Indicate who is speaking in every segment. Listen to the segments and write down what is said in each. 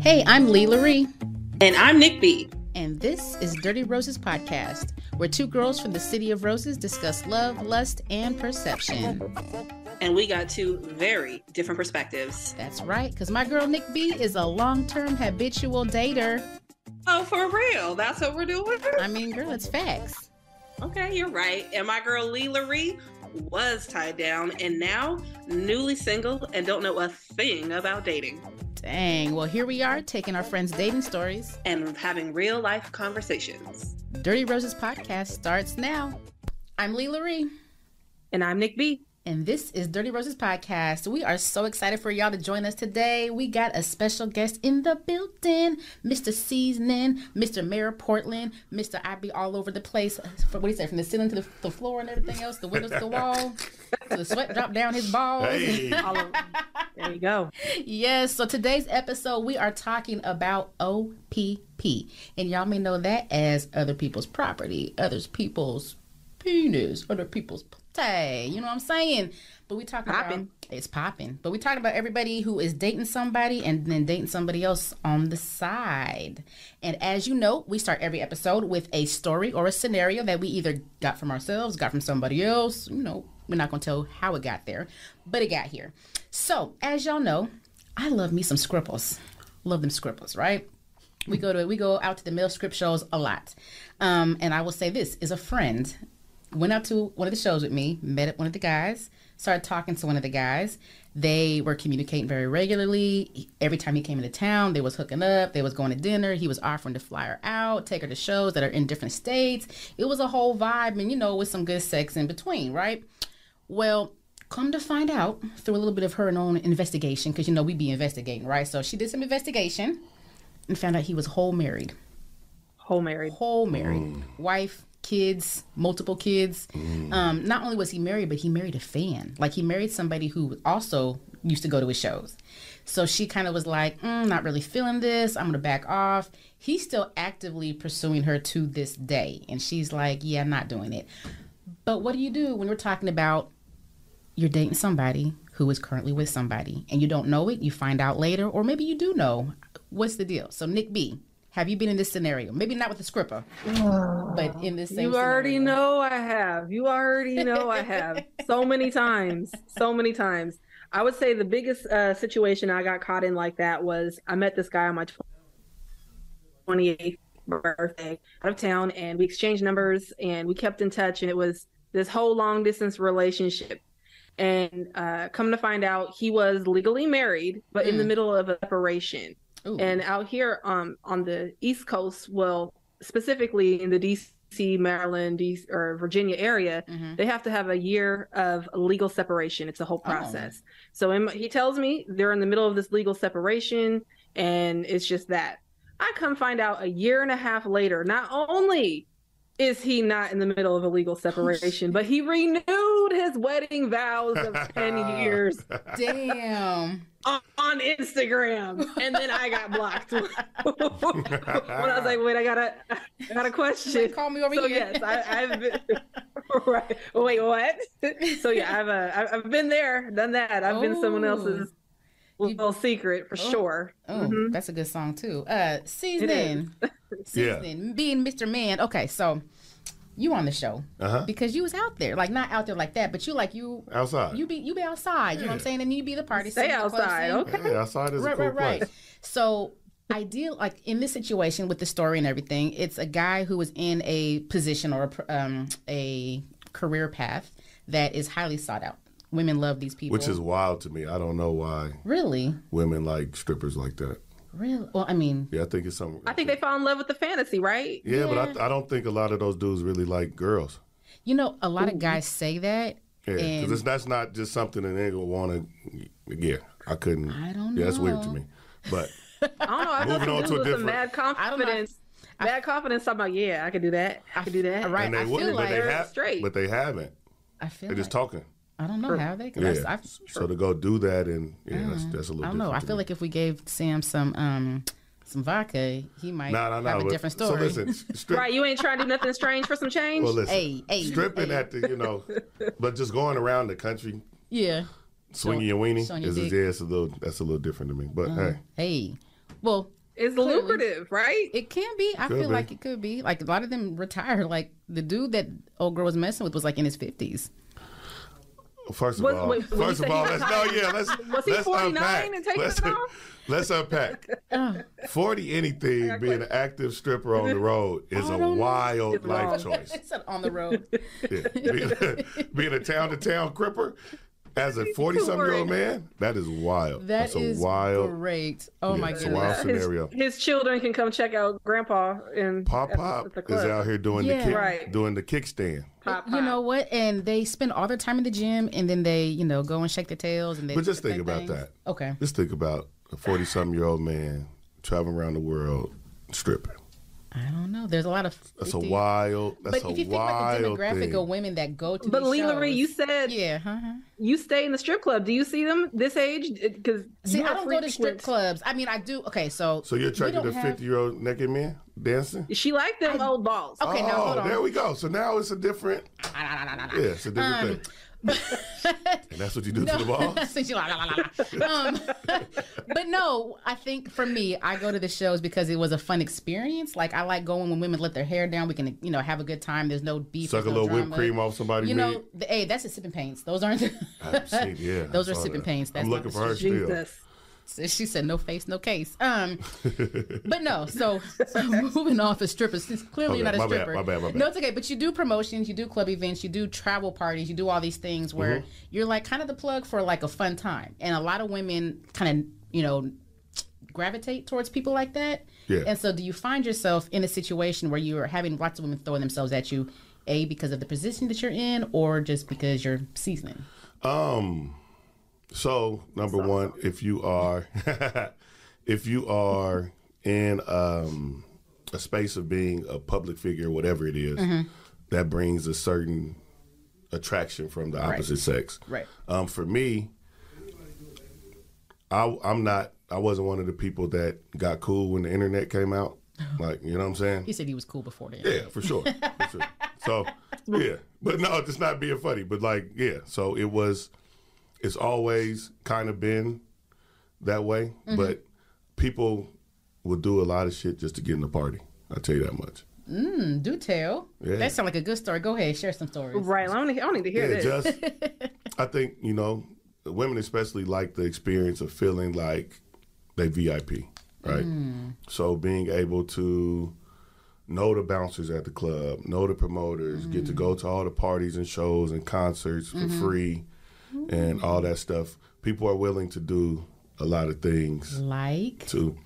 Speaker 1: Hey, I'm Lee Laree.
Speaker 2: And I'm Nick B.
Speaker 1: And this is Dirty Roses Podcast, where two girls from the city of roses discuss love, lust, and perception.
Speaker 2: And we got two very different perspectives.
Speaker 1: That's right, because my girl Nick B is a long term habitual dater.
Speaker 2: Oh, for real? That's what we're doing?
Speaker 1: I mean, girl, it's facts.
Speaker 2: Okay, you're right. And my girl Lee Laree was tied down and now newly single and don't know a thing about dating
Speaker 1: Dang, well, here we are taking our friends' dating stories.
Speaker 2: and having real life conversations.
Speaker 1: Dirty Roses Podcast starts now. I'm Lee Laree.
Speaker 2: And I'm Nick B.
Speaker 1: And this is Dirty Roses Podcast. We are so excited for y'all to join us today. We got a special guest in the building, Mr. Seasoning, Mr. Mayor Portland, Mr. I be all over the place. From, what do you say? From the ceiling to the, the floor and everything else, the windows to the wall, to the sweat drop down his balls.
Speaker 3: Hey,
Speaker 2: There you go.
Speaker 1: Yes. So today's episode, we are talking about OPP. And y'all may know that as other people's property, others people's penis, other people's play. You know what I'm saying? But we talking
Speaker 2: Poppin'.
Speaker 1: about it's popping. But we talking about everybody who is dating somebody and then dating somebody else on the side. And as you know, we start every episode with a story or a scenario that we either got from ourselves, got from somebody else. You know, we're not gonna tell how it got there, but it got here. So as y'all know, I love me some scribbles. Love them scribbles, right? We go to we go out to the male script shows a lot, um, and I will say this is a friend went out to one of the shows with me, met up one of the guys, started talking to one of the guys. They were communicating very regularly. He- Every time he came into town, they was hooking up, they was going to dinner, he was offering to fly her out, take her to shows that are in different states. It was a whole vibe and you know, with some good sex in between, right? Well, come to find out through a little bit of her own investigation, because you know we be investigating, right? So she did some investigation and found out he was whole married
Speaker 4: whole married.
Speaker 1: whole married wife kids multiple kids um, not only was he married but he married a fan like he married somebody who also used to go to his shows so she kind of was like mm, not really feeling this i'm gonna back off he's still actively pursuing her to this day and she's like yeah i'm not doing it but what do you do when we're talking about you're dating somebody who is currently with somebody and you don't know it, you find out later, or maybe you do know. What's the deal? So, Nick B, have you been in this scenario? Maybe not with the scripper, but in this same
Speaker 4: You already
Speaker 1: scenario.
Speaker 4: know I have. You already know I have. So many times. So many times. I would say the biggest uh, situation I got caught in like that was I met this guy on my 28th birthday out of town and we exchanged numbers and we kept in touch and it was this whole long distance relationship. And uh, come to find out, he was legally married, but in the
Speaker 1: Mm.
Speaker 4: middle of a separation.
Speaker 1: Ooh.
Speaker 4: And out here um, on the East Coast, well, specifically in the DC, Maryland, DC, or Virginia area,
Speaker 1: Mhm.
Speaker 4: they have to have a year of legal separation. It's a whole
Speaker 1: Oh.
Speaker 4: process. So in, he tells me they're in the middle of this legal separation, and it's just that. I come find out a year and a half later, not only is he not in the middle of a legal separation, but he renewed his wedding vows of 10 years
Speaker 1: Damn.
Speaker 4: on, on Instagram, and then I got blocked. when I was like, "Wait, I got a, I got a question."
Speaker 1: Like, call me over
Speaker 4: so
Speaker 1: here.
Speaker 4: yes, I, I've been, right. Wait, what? so yeah, I've uh, I- I've been there, done that. I've been someone
Speaker 1: Oh.
Speaker 4: else's
Speaker 1: You-
Speaker 4: little secret for
Speaker 1: Oh.
Speaker 4: sure.
Speaker 1: Oh,
Speaker 4: Mhm.
Speaker 1: that's a good song too. Uh, seasoning,
Speaker 3: Yeah.
Speaker 1: seasoning, being Mr. Man. Okay, so you on the show
Speaker 3: uh-huh.
Speaker 1: because you was out there, like not out there like that, but you like you,
Speaker 3: Outside.
Speaker 1: you be you be outside. You know what I'm
Speaker 3: Yeah.
Speaker 1: saying? And you be the party.
Speaker 4: Stay
Speaker 1: sitting close
Speaker 4: outside,
Speaker 1: in.
Speaker 4: okay.
Speaker 3: yeah, outside is a cool place.
Speaker 1: So ideal, like in this situation with the story and everything, it's a guy who is in a position or a, pr- um, a career path that is highly sought out. Women love these people,
Speaker 3: Which is wild to me. I don't know why
Speaker 1: really,
Speaker 3: women like strippers like that.
Speaker 1: really. Well, I mean,
Speaker 3: Yeah, I think it's something.
Speaker 4: I think they fall in love with the fantasy, right?
Speaker 3: Yeah, but I, I don't think a lot of those dudes really like girls.
Speaker 1: you know, a lot of guys say that.
Speaker 3: Yeah,
Speaker 1: And-
Speaker 3: because that's not just something that they gonna want to. Yeah, I couldn't.
Speaker 1: I don't
Speaker 3: Yeah, that's weird to
Speaker 1: know.
Speaker 3: me. But
Speaker 4: I don't know. I've
Speaker 3: Moving on
Speaker 4: got
Speaker 3: to
Speaker 4: some
Speaker 3: a
Speaker 4: dudes with some
Speaker 3: different-
Speaker 4: mad
Speaker 1: I don't know.
Speaker 4: confidence. Mad confidence. Talking about yeah, I could do that. I could do that.
Speaker 1: Right,
Speaker 3: and they
Speaker 1: I
Speaker 3: wouldn't,
Speaker 1: feel
Speaker 3: but
Speaker 1: like
Speaker 3: they
Speaker 4: They're
Speaker 3: have,
Speaker 4: straight.
Speaker 3: but they haven't.
Speaker 1: I feel
Speaker 3: They're
Speaker 1: like,
Speaker 3: just talking.
Speaker 1: I don't know how they.
Speaker 3: Yeah.
Speaker 1: Cause I, I,
Speaker 3: So to go do that and yeah, that's, that's a
Speaker 1: Mm.
Speaker 3: little.
Speaker 1: I don't know. I
Speaker 3: different to
Speaker 1: feel
Speaker 3: me.
Speaker 1: like if we gave Sam some um some vodka, he might
Speaker 3: No, no, no.
Speaker 1: have a
Speaker 3: but-
Speaker 1: different story.
Speaker 3: So listen, s- strip,
Speaker 4: Right, you ain't trying to do nothing strange for some change.
Speaker 3: Well, listen,
Speaker 1: hey, hey,
Speaker 3: stripping
Speaker 1: hey.
Speaker 3: at the you know, but just going around the country
Speaker 1: yeah.
Speaker 3: swinging your weenie
Speaker 1: showing your
Speaker 3: is
Speaker 1: dick.
Speaker 4: Uh-huh.
Speaker 3: yeah, it's a little that's a little different to me. But hey,
Speaker 1: Mm-hmm. Hey, well,
Speaker 4: It's
Speaker 1: Clearly.
Speaker 4: lucrative, right?
Speaker 1: It can be. I
Speaker 3: Could
Speaker 1: feel
Speaker 3: be.
Speaker 1: like it could be. Like a lot of them retire. Like the dude that old girl was messing with was like in his fifties.
Speaker 3: First of
Speaker 4: Was-
Speaker 3: all,
Speaker 4: wait, when you
Speaker 3: first
Speaker 4: said
Speaker 3: of
Speaker 4: he
Speaker 3: all, let's no,
Speaker 4: retired,
Speaker 3: yeah, let's
Speaker 4: was he
Speaker 3: let's
Speaker 4: 49
Speaker 3: unpack.
Speaker 4: and taking
Speaker 3: let's,
Speaker 4: it off?
Speaker 3: let's unpack. Forty anything being an active stripper on the road is
Speaker 1: I
Speaker 3: a
Speaker 1: don't know.
Speaker 3: wild
Speaker 4: It's
Speaker 3: life
Speaker 4: wrong.
Speaker 3: choice.
Speaker 1: It's on the road.
Speaker 3: Yeah. Being, being a town to town cripper as a forty something year old man, that is wild.
Speaker 1: That
Speaker 3: That's a
Speaker 1: is
Speaker 3: wild
Speaker 1: great. Oh
Speaker 3: Yeah,
Speaker 1: my
Speaker 3: it's a wild
Speaker 1: goodness.
Speaker 4: His,
Speaker 3: scenario.
Speaker 4: his children can come check out grandpa and
Speaker 3: Pop
Speaker 4: at-
Speaker 3: Pop
Speaker 4: at the
Speaker 3: is
Speaker 4: club.
Speaker 3: out here doing
Speaker 1: Yeah.
Speaker 3: the kick,
Speaker 4: Right.
Speaker 3: doing the kickstand.
Speaker 4: Pop,
Speaker 1: You
Speaker 4: Pop.
Speaker 1: know what? And they spend all their time in the gym, and then they, you know, go and shake their tails. And they
Speaker 3: But just
Speaker 1: do their
Speaker 3: think about
Speaker 1: things.
Speaker 3: that.
Speaker 1: Okay.
Speaker 3: Just think about a forty something year old man traveling around the world stripping.
Speaker 1: I don't know. There's a lot of.
Speaker 3: That's
Speaker 1: 50
Speaker 3: a wild. That's
Speaker 1: But if
Speaker 3: a
Speaker 1: you think about
Speaker 3: wild
Speaker 1: the demographic
Speaker 3: thing.
Speaker 1: of women that go to.
Speaker 4: But
Speaker 1: these
Speaker 4: Leela Ree,
Speaker 1: shows-
Speaker 4: you said
Speaker 1: Yeah. huh
Speaker 4: you stay in the strip club. Do you see them this age? Because
Speaker 1: See, I don't go to strip clubs. I mean, I do. Okay, so.
Speaker 3: So you're attracted
Speaker 1: don't
Speaker 3: to
Speaker 1: have-
Speaker 3: 50 year old naked men dancing?
Speaker 4: She liked them old balls.
Speaker 1: Okay,
Speaker 3: oh,
Speaker 1: now hold on.
Speaker 3: there we go. So now it's a different. Yeah, it's a different
Speaker 1: Um,
Speaker 3: thing. and that's what you do to the balls.
Speaker 1: Since you- la, la, la, la. Um, but no, I think for me, I go to the shows because it was a fun experience. Like I like going when women let their hair down. We can, you know, have a good time. There's no beef.
Speaker 3: Suck a
Speaker 1: there's no
Speaker 3: little whipped
Speaker 1: drama.
Speaker 3: cream off somebody's
Speaker 1: You know,
Speaker 3: meat.
Speaker 1: the, hey, that's a sipping pains. Those aren't.
Speaker 3: I've seen- yeah, I
Speaker 1: those are
Speaker 3: saw
Speaker 1: sipping
Speaker 3: that.
Speaker 1: pains. That's
Speaker 3: I'm
Speaker 1: not
Speaker 3: looking
Speaker 1: the
Speaker 3: for her
Speaker 1: street.
Speaker 3: still.
Speaker 4: Jesus.
Speaker 1: She said, "No face, no case." Um, but no. So, so moving off as strippers, since clearly
Speaker 3: My
Speaker 1: you're not a
Speaker 3: bad, my bad,
Speaker 1: stripper.
Speaker 3: my bad, my bad.
Speaker 1: No, it's okay. But you do promotions, you do club events, you do travel parties, you do all these things where
Speaker 3: Mm-hmm.
Speaker 1: you're like kind of the plug for like a fun time, and a lot of women kind of you know gravitate towards people like that.
Speaker 3: Yeah.
Speaker 1: And so, do you find yourself in a situation where you are having lots of women throwing themselves at you? A because of the position that you're in, or just because you're seasoning.
Speaker 3: Um, so number one, if you are, if you are in um, a space of being a public figure, whatever it is, that brings a certain attraction from the opposite sex.
Speaker 1: Right.
Speaker 3: Um, for me, I, I'm not. I wasn't one of the people that got cool when the internet came out. Like, you know what I'm saying?
Speaker 1: He said he was cool before then.
Speaker 3: Yeah, for sure. for sure. So yeah, but no, it's not being funny. But like yeah, so it was. It's always kind of been that way, but people will do a lot of shit just to get in the party. I tell you that much.
Speaker 1: Do tell.
Speaker 3: Yeah.
Speaker 1: That sounds like a good story. Go ahead, share some stories.
Speaker 4: Right. I don't, I don't need to hear
Speaker 3: Yeah,
Speaker 4: this.
Speaker 3: just I think you know women especially like the experience of feeling like they VIP, right? So being able to know the bouncers at the club, know the promoters, get to go to all the parties and shows and concerts for free, and all that stuff. People are willing to do a lot of
Speaker 1: Mm.
Speaker 3: things
Speaker 1: Like
Speaker 3: to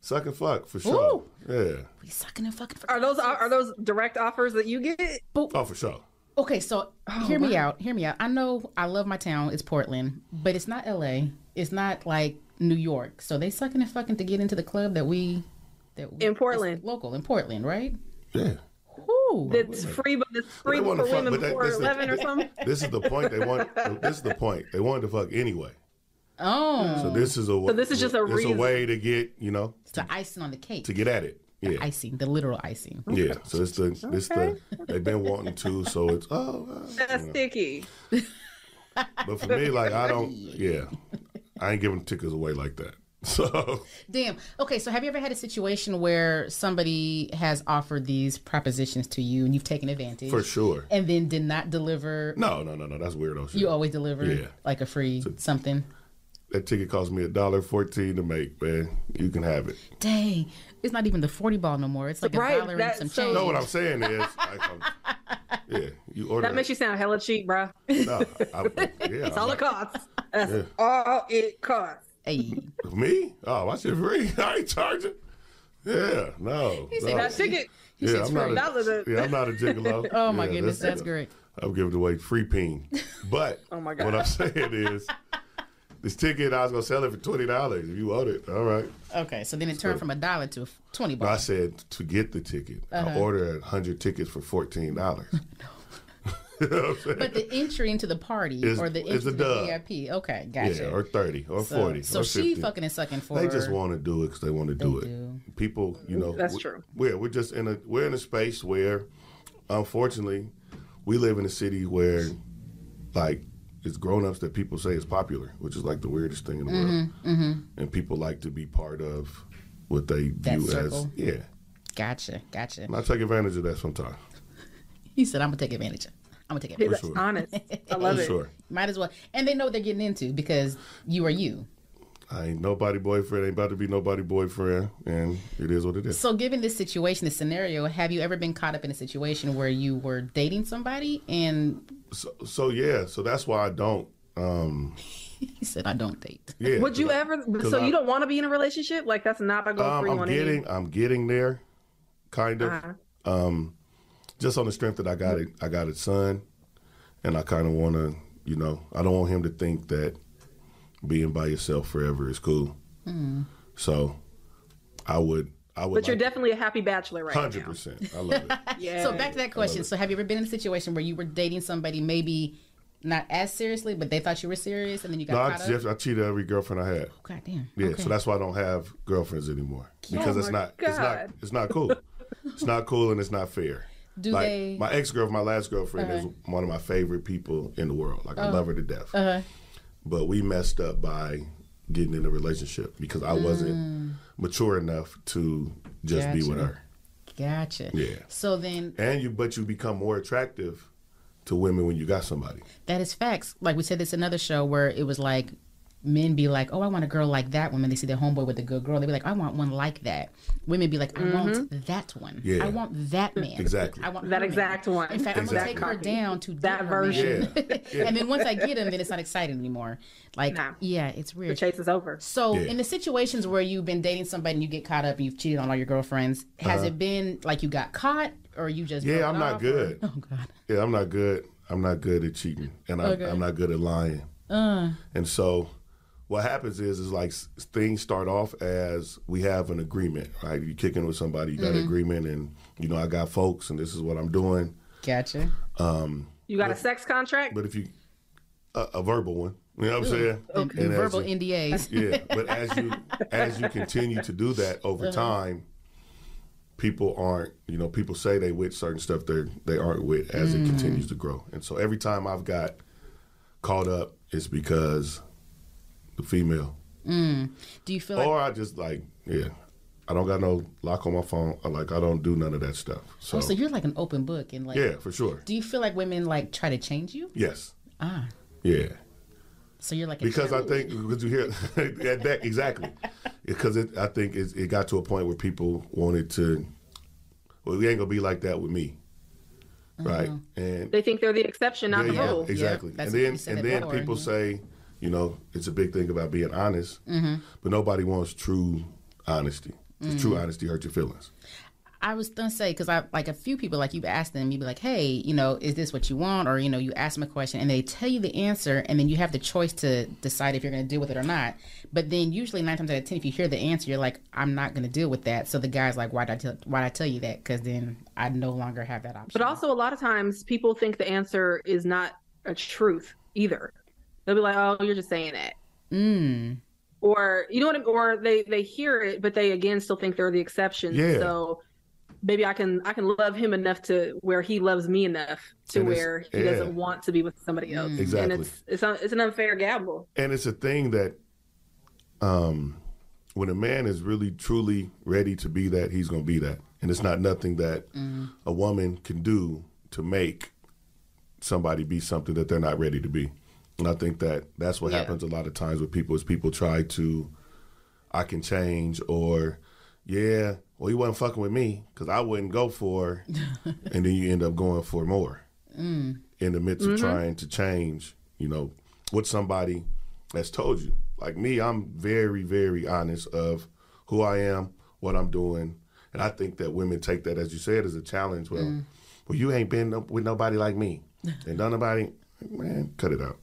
Speaker 3: suck and fuck for sure. Yeah,
Speaker 1: we sucking and fucking. For-
Speaker 4: Are those are those direct offers that you get?
Speaker 3: oh for sure.
Speaker 1: okay, so hear me out. Hear me out. I know I love my town. It's Portland, but it's not L.A. It's not like New York. So they sucking and fucking to get into the club that we that we,
Speaker 4: In Portland.
Speaker 1: it's local in Portland, right?
Speaker 3: Yeah.
Speaker 1: Whew.
Speaker 4: That's free, but it's free
Speaker 3: They
Speaker 4: for
Speaker 3: wanna fuck,
Speaker 4: women
Speaker 3: but that-
Speaker 4: before
Speaker 3: that's the-
Speaker 4: eleven or something.
Speaker 3: This is the point they want. This is the point they wanted to fuck anyway.
Speaker 1: oh,
Speaker 3: So this is a so
Speaker 4: this is just a reason.
Speaker 3: way to get you know
Speaker 1: so icing on the cake.
Speaker 3: to get at it. Yeah,
Speaker 1: icing, the literal icing.
Speaker 3: yeah. So it's the it's the they've been wanting to. So it's oh, uh,
Speaker 4: That's sticky.
Speaker 3: but for me like I don't yeah, I ain't giving tickets away like that. So
Speaker 1: Damn. Okay, so have you ever had a situation where somebody has offered these propositions to you and you've taken advantage?
Speaker 3: for sure,
Speaker 1: and then did not deliver.
Speaker 3: no no no no that's weirdo shit.
Speaker 1: You always deliver
Speaker 3: Yeah.
Speaker 1: like a free something.
Speaker 3: that ticket cost me a dollar fourteen to make man. You can have it.
Speaker 1: Dang, it's not even the forty ball no more. It's like
Speaker 4: Right,
Speaker 1: a dollar
Speaker 4: that-
Speaker 1: and some
Speaker 4: so-
Speaker 1: change.
Speaker 3: No, what I'm saying is like, I'm, yeah, you order
Speaker 4: That makes you sound hella cheap, bruh.
Speaker 3: no, I, yeah,
Speaker 4: That's all it costs. That's all it costs.
Speaker 1: hey,
Speaker 3: me. Oh, I should free. I ain't charging. Yeah, no. no.
Speaker 4: That ticket.
Speaker 3: Yeah, I'm not,
Speaker 4: That was
Speaker 3: a,
Speaker 4: it.
Speaker 3: yeah, I'm not a gigolo.
Speaker 1: oh my
Speaker 3: Yeah,
Speaker 1: goodness, that's
Speaker 3: uh,
Speaker 1: great.
Speaker 3: I'm giving away free peen. But
Speaker 4: Oh my
Speaker 3: what
Speaker 4: God.
Speaker 3: I'm saying is, this ticket, I was going to sell it for $20 if you want it. All right.
Speaker 1: Okay, so then it turned from a dollar to a f- twenty
Speaker 3: I
Speaker 1: ball.
Speaker 3: said to get the ticket, I
Speaker 1: Uh-huh.
Speaker 3: ordered 100 tickets for $14. You know what I'm saying?
Speaker 1: But the entry into the party
Speaker 3: It's-
Speaker 1: or the
Speaker 3: it's
Speaker 1: entry
Speaker 3: a
Speaker 1: to the
Speaker 3: dub.
Speaker 1: VIP. Okay,
Speaker 3: yeah,
Speaker 1: gotcha.
Speaker 3: or 30 or
Speaker 1: so,
Speaker 3: 40
Speaker 1: So
Speaker 3: or
Speaker 1: she
Speaker 3: 50.
Speaker 1: fucking is sucking for.
Speaker 3: They just want to do it because they want to do it.
Speaker 1: do.
Speaker 3: People, you know,
Speaker 4: That's
Speaker 3: we-
Speaker 4: true.
Speaker 3: We're we're just in a we're in a space where, unfortunately, we live in a city where, like, it's grown ups that
Speaker 1: Mm-hmm,
Speaker 3: people say is popular, which is like the weirdest thing in the world, and people like to be part of what they
Speaker 1: That
Speaker 3: view as
Speaker 1: circle.
Speaker 3: yeah.
Speaker 1: Gotcha, gotcha.
Speaker 3: And I take advantage of that sometimes.
Speaker 1: He said, "I'm gonna take advantage. of I'm gonna take advantage.
Speaker 4: He's
Speaker 3: sure.
Speaker 4: honest. I love
Speaker 3: For
Speaker 4: it.
Speaker 3: sure.
Speaker 1: Might as well." And they know what they're getting into because you are you.
Speaker 3: I ain't nobody boyfriend. Ain't about to be nobody boyfriend, and it is what it is.
Speaker 1: So, given this situation, this scenario, have you ever been caught up in a situation where you were dating somebody and
Speaker 3: So, so yeah. So that's why I don't. Um,
Speaker 1: he said, "I don't date."
Speaker 3: yeah.
Speaker 4: Would you
Speaker 3: 'cause I-
Speaker 4: ever?
Speaker 3: 'cause
Speaker 4: So
Speaker 3: I-
Speaker 4: you don't want to be in a relationship? Like that's not by going
Speaker 3: Um,
Speaker 4: free
Speaker 3: I'm
Speaker 4: on
Speaker 3: getting. I'm getting there, kind of.
Speaker 4: Uh-huh.
Speaker 3: Um, just on the strength that I got it. I got it, son, and I kind of want to. You know, I don't want him to think that being by yourself forever is cool. So, I would. I would.
Speaker 4: Hmm. But you're definitely a happy bachelor right
Speaker 3: hundred
Speaker 4: now.
Speaker 3: percent. I love it.
Speaker 4: Yeah.
Speaker 1: So back to that question. So have you ever been in a situation where you were dating somebody maybe not as seriously, but they thought you were serious, and then you
Speaker 3: no,
Speaker 1: got
Speaker 3: I,
Speaker 1: caught up?
Speaker 3: just, I cheated every girlfriend I had.
Speaker 1: God damn.
Speaker 3: Yeah,
Speaker 1: Okay.
Speaker 3: so that's why I don't have girlfriends anymore because it's
Speaker 4: Oh my
Speaker 3: not it's not
Speaker 4: God.
Speaker 3: it's not cool. it's not cool and it's not fair.
Speaker 1: Do
Speaker 3: like
Speaker 1: they- Uh-huh.
Speaker 3: my ex girlfriend, my last girlfriend is one of my favorite people in the world. Like I
Speaker 1: Oh.
Speaker 3: love her to death.
Speaker 1: Uh.
Speaker 3: But we messed up by getting in a relationship because I wasn't mature enough to just be with
Speaker 1: Mm. Gotcha.
Speaker 3: her.
Speaker 1: gotcha.
Speaker 3: Yeah.
Speaker 1: So then
Speaker 3: And you but you become more attractive to women when you got somebody.
Speaker 1: that is facts. Like we said this in another show where it was like men be like, "Oh, I want a girl like that." When they see their homeboy with a good girl, they be like, "I want one like that." Women be like, "I want that one.
Speaker 3: Yeah.
Speaker 1: I want that man.
Speaker 3: Exactly.
Speaker 1: I want
Speaker 4: Mm-hmm. That
Speaker 1: her man.
Speaker 4: exact one.
Speaker 1: In fact, I'm
Speaker 3: Exactly.
Speaker 1: gonna take her down to
Speaker 4: That
Speaker 1: get her man.
Speaker 4: version.
Speaker 3: Yeah.
Speaker 1: and then once I get him, then it's not exciting anymore. Like,
Speaker 4: Nah.
Speaker 1: yeah, it's weird.
Speaker 4: The chase is over.
Speaker 1: So
Speaker 3: Yeah.
Speaker 1: in the situations where you've been dating somebody and you get caught up and you've cheated on all your girlfriends, has it been like you got caught or you just broke
Speaker 3: Uh-huh. Yeah,
Speaker 1: it
Speaker 3: I'm not
Speaker 1: off, or-
Speaker 3: good.
Speaker 1: Oh God.
Speaker 3: Yeah, I'm not good. I'm not good at cheating, and I,
Speaker 1: Okay. Uh.
Speaker 3: I'm not good at lying. And so, what happens is, is like s- things start off as we have an agreement, right? You kick in with somebody, you got
Speaker 1: Mm-hmm.
Speaker 3: an agreement, and you know I got folks, and this is what I'm doing.
Speaker 1: Gotcha.
Speaker 4: You got a sex contract?
Speaker 3: But if you a, a verbal one, you know what I'm saying?
Speaker 1: Okay.
Speaker 3: And as
Speaker 1: Verbal
Speaker 3: you-
Speaker 1: NDAs.
Speaker 3: yeah, but as you as you continue to do that over
Speaker 1: Uh-huh.
Speaker 3: time, people aren't you know people say they with certain stuff they they aren't with as
Speaker 1: Mm.
Speaker 3: it continues to grow, and so every time I've got caught up, it's because the female
Speaker 1: Do you feel like
Speaker 3: or I just like yeah, I don't got no lock on my phone. I like I don't do none of that stuff. So,
Speaker 1: oh, so you're like an open book and like
Speaker 3: yeah, for sure.
Speaker 1: do you feel like women like try to change you?
Speaker 3: Yes,
Speaker 1: Ah.
Speaker 3: yeah.
Speaker 1: So you're like a
Speaker 3: Because I
Speaker 1: cheerleader.
Speaker 3: think because you hear at that exactly because it, I think it, it got to a point where people wanted to. Well, we ain't gonna be like that with me, right?
Speaker 1: Mm-hmm.
Speaker 3: And
Speaker 4: They think they're the exception, not
Speaker 3: there
Speaker 4: the
Speaker 3: you go.
Speaker 4: rule.
Speaker 3: exactly.
Speaker 1: Yeah, that's
Speaker 3: and
Speaker 1: what
Speaker 3: then
Speaker 1: we said
Speaker 3: and then
Speaker 1: before,
Speaker 3: people
Speaker 1: yeah.
Speaker 3: say, you know, it's a big thing about being honest,
Speaker 1: Mm-hmm.
Speaker 3: but nobody wants true honesty. 'Cause True
Speaker 1: Mm-hmm.
Speaker 3: honesty hurts your feelings.
Speaker 1: I was gonna say because I like a few people like you've asked them you'd be like hey you know is this what you want or you know you ask them a question and they tell you the answer and then you have the choice to decide if you're gonna deal with it or not but then usually nine times out of ten if you hear the answer you're like I'm not gonna deal with that so the guy's like why did I tell why did I tell you that because then I no longer have that option
Speaker 4: But also, a lot of times people think the answer is not a truth either. They'll be like, "Oh, you're just saying that,"
Speaker 1: mm,
Speaker 4: or you know what? I mean? Or they they hear it, but they again still think they're the exception.
Speaker 3: Yeah.
Speaker 4: So maybe I can I can love him enough to where he loves me enough to
Speaker 3: And it's-
Speaker 4: where he
Speaker 3: yeah. Mm.
Speaker 4: doesn't want to be with somebody else.
Speaker 3: Exactly.
Speaker 4: And it's it's, un, it's an unfair gamble.
Speaker 3: and it's a thing that um when a man is really truly ready to be that he's going to be that and it's not nothing that
Speaker 1: Mm.
Speaker 3: a woman can do to make somebody be something that they're not ready to be and i think that that's what
Speaker 4: Yeah.
Speaker 3: happens a lot of times with people is people try to i can change or yeah well he wasn't fucking with me because i wouldn't go for and then you end up going for more in the midst
Speaker 4: Mm-hmm.
Speaker 3: of trying to change, you know, what somebody has told you. Like me, I'm very, very honest of who I am, what I'm doing. And I think that women take that, as you said, as a challenge. Well,
Speaker 4: Mm.
Speaker 3: well, you ain't been up with nobody like me. And done nobody, man, cut it out.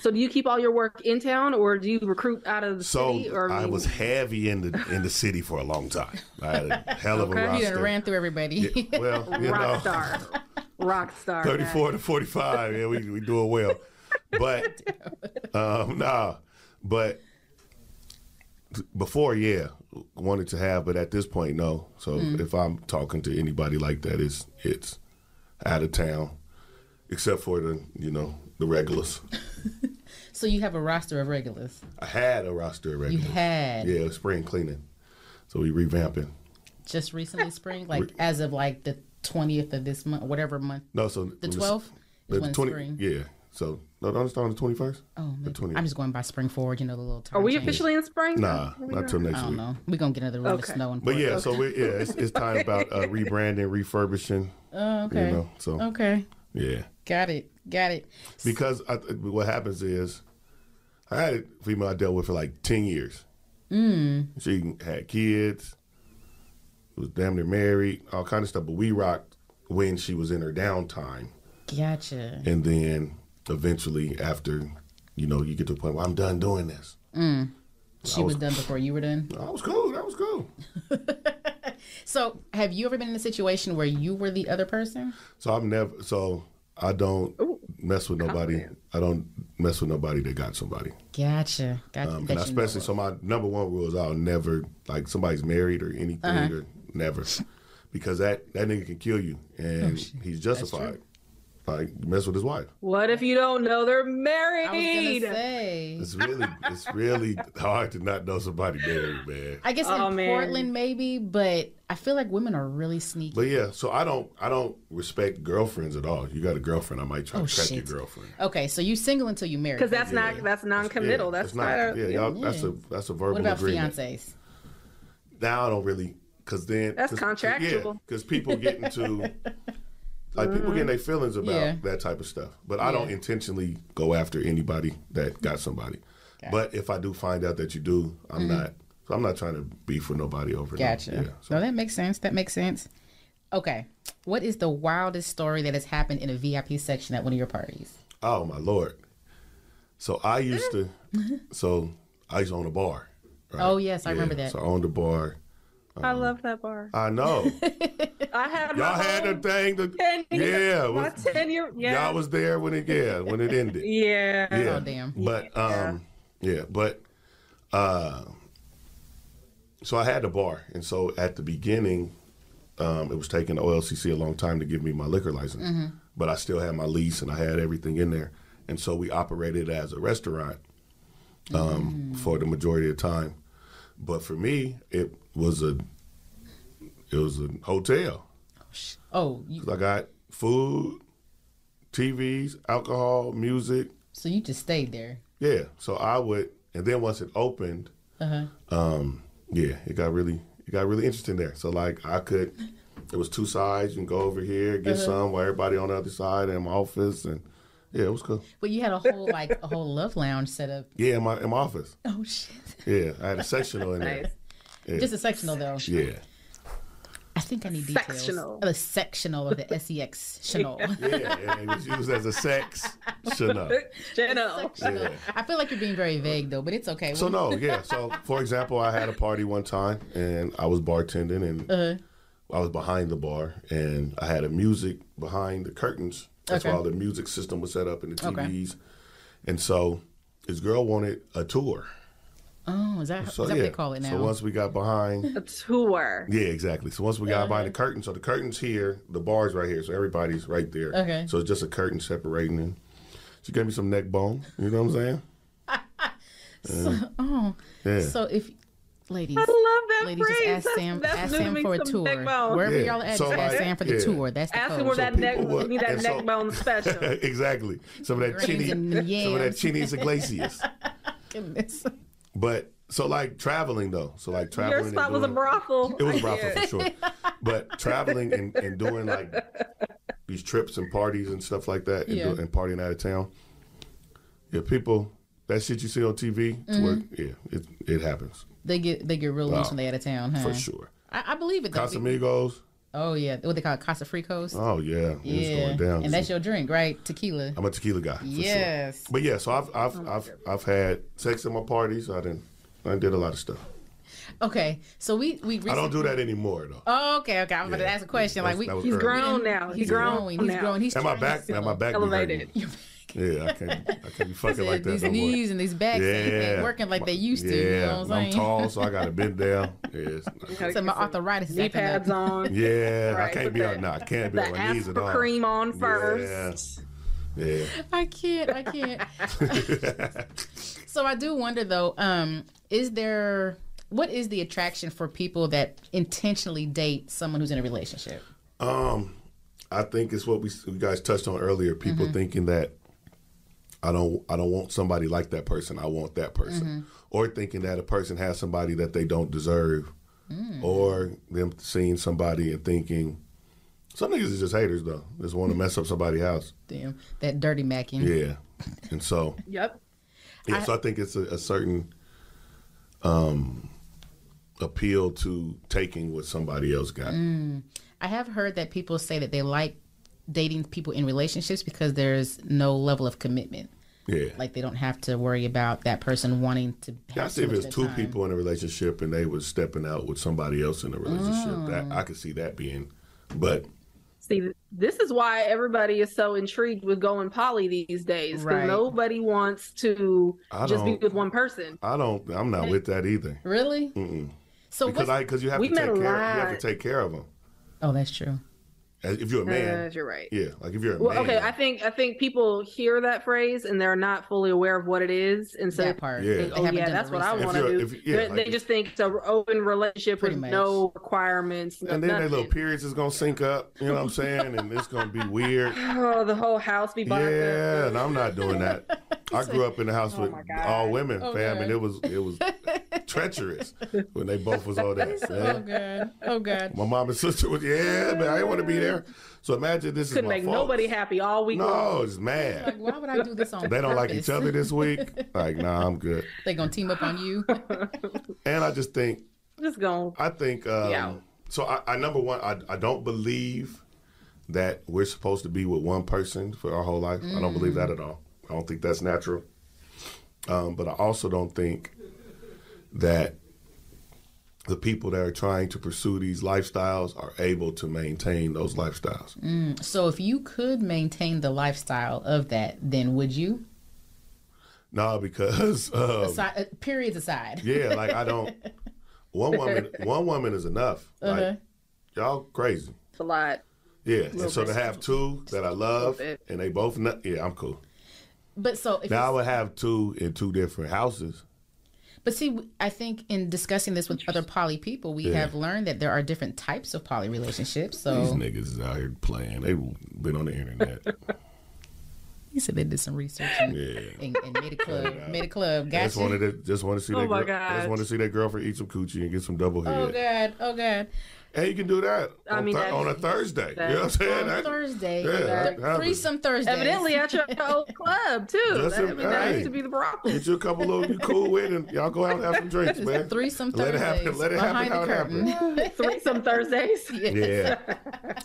Speaker 4: So do you keep all your work in town, or do you recruit out of the
Speaker 3: So
Speaker 4: city? Or
Speaker 3: I
Speaker 4: mean-
Speaker 3: was heavy in the in the city for a long time. I had a hell of a
Speaker 4: Okay.
Speaker 1: you done
Speaker 3: roster.
Speaker 1: ran through everybody
Speaker 3: well, you know,
Speaker 4: rock star, rock star.
Speaker 3: 34 to 45. Yeah, we we doing well. But um nah. But t- before, yeah, wanted to have, but at this point, no. So
Speaker 1: Mm-hmm.
Speaker 3: if I'm talking to anybody like that, it's it's out of town. Except for the, you know, the regulars.
Speaker 1: so you have a roster of regulars
Speaker 3: I had a roster of
Speaker 1: you
Speaker 3: regulars.
Speaker 1: had
Speaker 3: Yeah, spring cleaning. So we revamping.
Speaker 1: Just recently, spring, like as of like the twentieth of this month, whatever month,
Speaker 3: No, so
Speaker 1: the twelfth is
Speaker 3: the
Speaker 1: when
Speaker 3: 20
Speaker 1: spring.
Speaker 3: Yeah. So no, don't start on the twenty first.
Speaker 1: Oh,
Speaker 3: the
Speaker 1: maybe.
Speaker 3: 20th.
Speaker 1: I'm just going by spring forward. You know the little time.
Speaker 4: Are we
Speaker 1: change.
Speaker 4: officially in spring?
Speaker 3: Nah,
Speaker 4: Here we
Speaker 3: not
Speaker 4: are.
Speaker 3: till
Speaker 1: I
Speaker 3: next
Speaker 1: don't
Speaker 3: week.
Speaker 1: know. We're gonna get another room of
Speaker 4: Okay.
Speaker 1: snow and
Speaker 3: But yeah, so we yeah, it's, it's time about uh, rebranding, refurbishing.
Speaker 1: Oh, okay.
Speaker 3: You know, so
Speaker 1: Okay.
Speaker 3: yeah.
Speaker 1: Got it. Got it.
Speaker 3: Because I, th- what happens is, I had a female I dealt with for like ten years.
Speaker 1: Hmm.
Speaker 3: Mm. She had kids, was damn near married, all kind of stuff. But we rocked when she was in her downtime,
Speaker 1: Gotcha.
Speaker 3: and then eventually after, you know, you get to a point where I'm done doing this.
Speaker 1: She was done before you were done.
Speaker 3: I was cool. That was cool.
Speaker 1: So, have you ever been in a situation where you were the other person?
Speaker 3: So I'm never. So I don't mess with nobody. I don't mess with nobody that got somebody.
Speaker 1: Gotcha. Gotcha. That
Speaker 3: Um, and
Speaker 1: you know
Speaker 3: especially,
Speaker 1: of.
Speaker 3: so my number one rule is I'll never like somebody's married or anything
Speaker 1: Uh-huh.
Speaker 3: or never, because that that nigga can kill you
Speaker 1: Oh,
Speaker 3: and he's justified. Like you mess with his wife.
Speaker 4: What if you don't know they're
Speaker 1: I was gonna
Speaker 4: married?
Speaker 1: say.
Speaker 3: It's really it's really hard to not know somebody married, man.
Speaker 1: I guess
Speaker 4: Oh,
Speaker 1: in
Speaker 4: man.
Speaker 1: Portland maybe, but I feel like women are really sneaky.
Speaker 3: But yeah, so I don't I don't respect girlfriends at all. You got a girlfriend, I might try
Speaker 1: Oh,
Speaker 3: to track your
Speaker 1: shit.
Speaker 3: girlfriend.
Speaker 1: Okay, so you single until you marry.
Speaker 4: Because that's
Speaker 3: Yeah.
Speaker 4: not that's non-committal.
Speaker 3: Yeah,
Speaker 4: that's
Speaker 3: it's
Speaker 4: not. a,
Speaker 3: yeah, y'all, that's a that's a verbal
Speaker 1: what about
Speaker 3: agreement.
Speaker 1: fiancés?
Speaker 3: now I don't really because then
Speaker 4: That's
Speaker 3: cause,
Speaker 4: contractual.
Speaker 3: because people get into like people getting their feelings about
Speaker 1: Yeah.
Speaker 3: that type of stuff. But I don't intentionally go after anybody that got somebody. But if I do find out that you do, I'm not. So I'm not trying to beef with nobody over. them.
Speaker 1: Mm-hmm. Gotcha.
Speaker 3: Yeah. So
Speaker 1: No, that makes sense. That makes sense. Okay, what is the wildest story that has happened in a VIP section at one of your parties?
Speaker 3: Oh my lord. So I
Speaker 1: Eh.
Speaker 3: used to. So I used to own a bar. right?
Speaker 1: Oh, yes, I remember that.
Speaker 3: So I owned a bar.
Speaker 4: I love that bar.
Speaker 3: I know.
Speaker 4: I had my
Speaker 3: um, Y'all had the
Speaker 4: own
Speaker 3: thing. To,
Speaker 4: ten year.
Speaker 3: yeah.
Speaker 4: my
Speaker 3: was-
Speaker 4: ten year. Yeah.
Speaker 3: Y'all was there when it yeah when it ended.
Speaker 4: yeah.
Speaker 3: Yeah.
Speaker 1: Oh, damn.
Speaker 3: But um yeah, but uh so I had the bar and so at the beginning um it was taking the OLCC a long time to give me my liquor license.
Speaker 1: Mm-hmm.
Speaker 3: But I still had my lease and I had everything in there. And so we operated as a restaurant um
Speaker 1: Mm.
Speaker 3: for the majority of the time. But for me, it was a it was a hotel.
Speaker 1: Oh, you,
Speaker 3: I got food, TVs, alcohol, music,
Speaker 1: so you just stayed there.
Speaker 3: yeah. So I would, and then once it opened,
Speaker 1: Uh-huh.
Speaker 3: um, yeah, it got really, it got really interesting there. So like I could, it was two sides. You can go over here, get some, while everybody on the other side in my office, and yeah, it was cool.
Speaker 1: But you had a whole like a whole love lounge set up.
Speaker 3: Yeah, in my in my office.
Speaker 1: Oh shit.
Speaker 3: Yeah, I had a sectional in there.
Speaker 4: Nice.
Speaker 1: Just a sectional though.
Speaker 3: Yeah,
Speaker 1: I think I need details.
Speaker 4: Sectional.
Speaker 1: The sectional or the E sex sectional.
Speaker 3: yeah, and it was used as a sex chanel.
Speaker 4: Jenna.
Speaker 1: Sectional.
Speaker 3: Yeah.
Speaker 1: I feel like you're being very vague though, but it's okay.
Speaker 3: So no, yeah. So for example, I had a party one time, and I was bartending, and
Speaker 1: uh,
Speaker 3: I was behind the bar, and I had a music behind the curtains. That's
Speaker 1: Okay.
Speaker 3: why the music system was set up and the
Speaker 1: Okay.
Speaker 3: TVs. And so this girl wanted a tour.
Speaker 1: Oh, is that,
Speaker 3: So
Speaker 1: is that
Speaker 3: yeah.
Speaker 1: what they call it now?
Speaker 3: So once we got behind,
Speaker 4: A tour.
Speaker 3: yeah, exactly. So once we got behind the curtain, so the curtains here, the bar's right here, so everybody's right there.
Speaker 1: Okay.
Speaker 3: So it's just a curtain separating. And she gave me some neck bone. You know what I'm saying?
Speaker 1: oh,
Speaker 3: Yeah.
Speaker 1: so if ladies.
Speaker 4: I love that
Speaker 1: Ladies, just
Speaker 4: phrase.
Speaker 1: ask
Speaker 4: that's,
Speaker 1: Sam,
Speaker 4: that's
Speaker 1: ask
Speaker 4: new to
Speaker 1: Sam
Speaker 4: me,
Speaker 1: for a
Speaker 4: some
Speaker 1: tour.
Speaker 4: backbone.
Speaker 1: Wherever
Speaker 3: Yeah.
Speaker 1: y'all at,
Speaker 3: So,
Speaker 1: just ask
Speaker 3: like,
Speaker 1: Sam for the
Speaker 3: yeah.
Speaker 1: tour. That's the
Speaker 4: Ask
Speaker 1: code.
Speaker 4: him where that neck.
Speaker 3: people would-
Speaker 4: Need that
Speaker 3: and so-
Speaker 4: neck bone special.
Speaker 3: exactly. Some of that
Speaker 1: Greens and
Speaker 3: chinny, some of that
Speaker 1: yams.
Speaker 3: chinny's Iglesias.
Speaker 1: Goodness.
Speaker 3: But so like traveling though, so like traveling.
Speaker 4: Your
Speaker 3: and
Speaker 4: spot was a
Speaker 3: doing-
Speaker 4: brothel.
Speaker 3: It was a brothel for sure. But traveling and, and doing like these trips and parties and stuff like that and,
Speaker 1: Yeah.
Speaker 3: do, and partying out of town. Yeah, people, that shit you see on TV, to where-
Speaker 1: Mm-hmm.
Speaker 3: yeah, it, it happens
Speaker 1: They get they get real loose when they out of town, huh?
Speaker 3: for sure.
Speaker 1: I, I believe it though.
Speaker 3: Casamigos,
Speaker 1: Oh yeah, what they call it, Casa Fricos.
Speaker 3: oh yeah,
Speaker 1: yeah,
Speaker 3: it's going down.
Speaker 1: and that's your drink, right? Tequila.
Speaker 3: I'm a tequila guy. For
Speaker 1: Yes.
Speaker 3: Sure. But yeah, so I've I've,
Speaker 1: Oh.
Speaker 3: I've I've had sex at my parties. I didn't I did a lot of stuff.
Speaker 1: Okay, so we we.
Speaker 3: I don't do that anymore though.
Speaker 1: Oh, okay, okay. I'm about to
Speaker 3: Yeah.
Speaker 1: ask a question.
Speaker 3: That's-
Speaker 1: Like we,
Speaker 3: that was
Speaker 4: He's
Speaker 3: early.
Speaker 4: grown now. He's,
Speaker 1: he's
Speaker 4: grown.
Speaker 1: growing. He's
Speaker 4: now.
Speaker 1: growing. He's
Speaker 3: And my
Speaker 1: trying to
Speaker 3: back, now
Speaker 1: settle.
Speaker 3: my back be
Speaker 4: Elevated.
Speaker 3: hurting. Yeah, I can't, I can't be fucking like that.
Speaker 1: these
Speaker 3: no more.
Speaker 1: knees and these backs ain't
Speaker 3: Yeah.
Speaker 1: working like they used to.
Speaker 3: Yeah,
Speaker 1: You know what I'm
Speaker 3: I'm
Speaker 1: saying?
Speaker 3: tall, so I gotta bend down. Yeah, it's not-
Speaker 1: So my arthritis is
Speaker 4: knee
Speaker 1: acting up.
Speaker 4: pads on.
Speaker 3: yeah,
Speaker 4: Right,
Speaker 3: I can't
Speaker 4: put
Speaker 3: be
Speaker 4: the-
Speaker 3: on. No, I can't be
Speaker 4: The
Speaker 3: on my knees at all.
Speaker 4: aspirin cream on first.
Speaker 3: Yeah,
Speaker 1: I can't. I can't.
Speaker 3: yeah.
Speaker 1: so I do wonder though. Um, is there what is the attraction for people that intentionally date someone who's in a relationship?
Speaker 3: Um, I think it's what we you guys touched on earlier. People
Speaker 1: Mm-hmm.
Speaker 3: thinking that I don't I don't want somebody like that person. I want that person,
Speaker 1: Mm-hmm.
Speaker 3: or thinking that a person has somebody that they don't deserve,
Speaker 1: Mm.
Speaker 3: or them seeing somebody and thinking some niggas is just haters though. Just want to mess up somebody's house.
Speaker 1: Damn, that dirty macking.
Speaker 3: Yeah, and so
Speaker 4: Yep.
Speaker 3: yeah, so I think it's a, a certain um appeal to taking what somebody else got.
Speaker 1: I have heard that people say that they like dating people in relationships because there's no level of commitment.
Speaker 3: Yeah.
Speaker 1: Like they don't have to worry about that person wanting to. Have
Speaker 3: I
Speaker 1: so
Speaker 3: see if
Speaker 1: much
Speaker 3: it's
Speaker 1: of
Speaker 3: two
Speaker 1: their time.
Speaker 3: people in a relationship and they was stepping out with somebody else in a relationship. That I could see that being, but
Speaker 4: See, this is why everybody is so intrigued with going poly these days. 'cause
Speaker 1: Right.
Speaker 4: Nobody wants to
Speaker 3: I
Speaker 4: just be
Speaker 3: don't-
Speaker 4: with one person.
Speaker 3: I don't. I'm not with that either
Speaker 1: Really? So
Speaker 3: because
Speaker 1: what's,
Speaker 3: I because you have
Speaker 4: We
Speaker 3: to
Speaker 4: met
Speaker 3: take
Speaker 4: a
Speaker 3: care. You have
Speaker 4: lot.
Speaker 3: to take care of them
Speaker 1: oh, that's true.
Speaker 3: As- if you're a man.
Speaker 4: Uh, you're right.
Speaker 3: yeah, like if you're a
Speaker 4: Well,
Speaker 3: man.
Speaker 4: okay. I think I think people hear that phrase and they're not fully aware of what it is, and so
Speaker 1: that part.
Speaker 3: Yeah.
Speaker 1: They- they
Speaker 3: Oh,
Speaker 4: oh
Speaker 1: haven't
Speaker 4: yeah,
Speaker 1: done the
Speaker 4: that's what I
Speaker 1: research.
Speaker 4: want to
Speaker 3: you're-
Speaker 4: do.
Speaker 3: if- yeah,
Speaker 4: they,
Speaker 3: like
Speaker 4: they
Speaker 3: if-
Speaker 4: just think it's an open relationship
Speaker 1: Pretty
Speaker 4: with
Speaker 1: much.
Speaker 4: no requirements. no
Speaker 3: and then their little
Speaker 4: nothing.
Speaker 3: periods is gonna sync up. You know what I'm saying? And it's gonna be weird.
Speaker 4: Oh, the whole house be bonked
Speaker 3: Yeah,
Speaker 4: up.
Speaker 3: and I'm not doing that. I grew up in a house with
Speaker 4: "Oh my God.
Speaker 3: all women,
Speaker 1: Oh,
Speaker 3: fam,
Speaker 1: God.
Speaker 3: and it was it was treacherous when they both was all that.
Speaker 1: Oh
Speaker 3: man.
Speaker 1: god. Oh god.
Speaker 3: My mom and sister was yeah, man, I didn't want to be there. So imagine this
Speaker 4: Couldn't
Speaker 3: is my
Speaker 4: make
Speaker 3: fault.
Speaker 4: nobody happy all week. long.
Speaker 3: No, it's mad.
Speaker 1: Like, why would I do this on?
Speaker 3: They don't like each
Speaker 1: purpose?
Speaker 3: other this week. Like, nah, I'm good.
Speaker 1: They gonna team up on you.
Speaker 3: And I just think,
Speaker 4: Just going.
Speaker 3: I think, um,
Speaker 4: Yeah.
Speaker 3: so I, I number one, I, I don't believe that we're supposed to be with one person for our whole life. I don't believe that at all. I don't think that's natural. Um, but I also don't think that the people that are trying to pursue these lifestyles are able to maintain those lifestyles.
Speaker 1: so if you could maintain the lifestyle of that, then would you?
Speaker 3: No, because um,
Speaker 1: So, uh, periods aside.
Speaker 3: Yeah, like I don't. One woman, one woman is enough. Like
Speaker 1: Uh-huh.
Speaker 3: y'all crazy.
Speaker 4: It's a lot.
Speaker 3: Yeah, and so to have two that I love,
Speaker 4: bit.
Speaker 3: and they both not, yeah, I'm cool.
Speaker 1: But so if
Speaker 3: Now I
Speaker 1: you,
Speaker 3: would have two in two different houses.
Speaker 1: but see, I think in discussing this with other poly people, we have learned that there are different types of poly relationships.
Speaker 3: These
Speaker 1: So
Speaker 3: niggas is out here playing. They been on the internet.
Speaker 1: he said they did some research and,
Speaker 3: Yeah.
Speaker 1: and, and made a club. Made a club. Got
Speaker 3: Just
Speaker 1: you.
Speaker 3: wanted to just want to see that
Speaker 4: my
Speaker 3: girl. Just
Speaker 4: God.
Speaker 3: want to see that girlfriend eat some coochie and get some double
Speaker 1: Oh
Speaker 3: head.
Speaker 1: god. Oh god.
Speaker 3: and you can do that
Speaker 4: I
Speaker 3: on,
Speaker 4: mean,
Speaker 3: Thur-
Speaker 4: that-
Speaker 3: on a Thursday. you know what I'm saying?
Speaker 1: On
Speaker 3: That-
Speaker 1: Thursday.
Speaker 3: Yeah, that
Speaker 1: Yeah,
Speaker 3: happens.
Speaker 1: threesome Thursday.
Speaker 4: Evidently at your old club too.
Speaker 3: That's
Speaker 4: That, I mean, that
Speaker 3: okay.
Speaker 4: used to be the problem.
Speaker 3: Get you a couple of you cool with, and y'all go out and have some drinks, man.
Speaker 1: Threesome Thursdays.
Speaker 3: Let it happen. Let it happen.
Speaker 1: behind
Speaker 3: How it
Speaker 1: the curtain.
Speaker 3: happens.
Speaker 4: Threesome Thursdays.
Speaker 3: Yeah.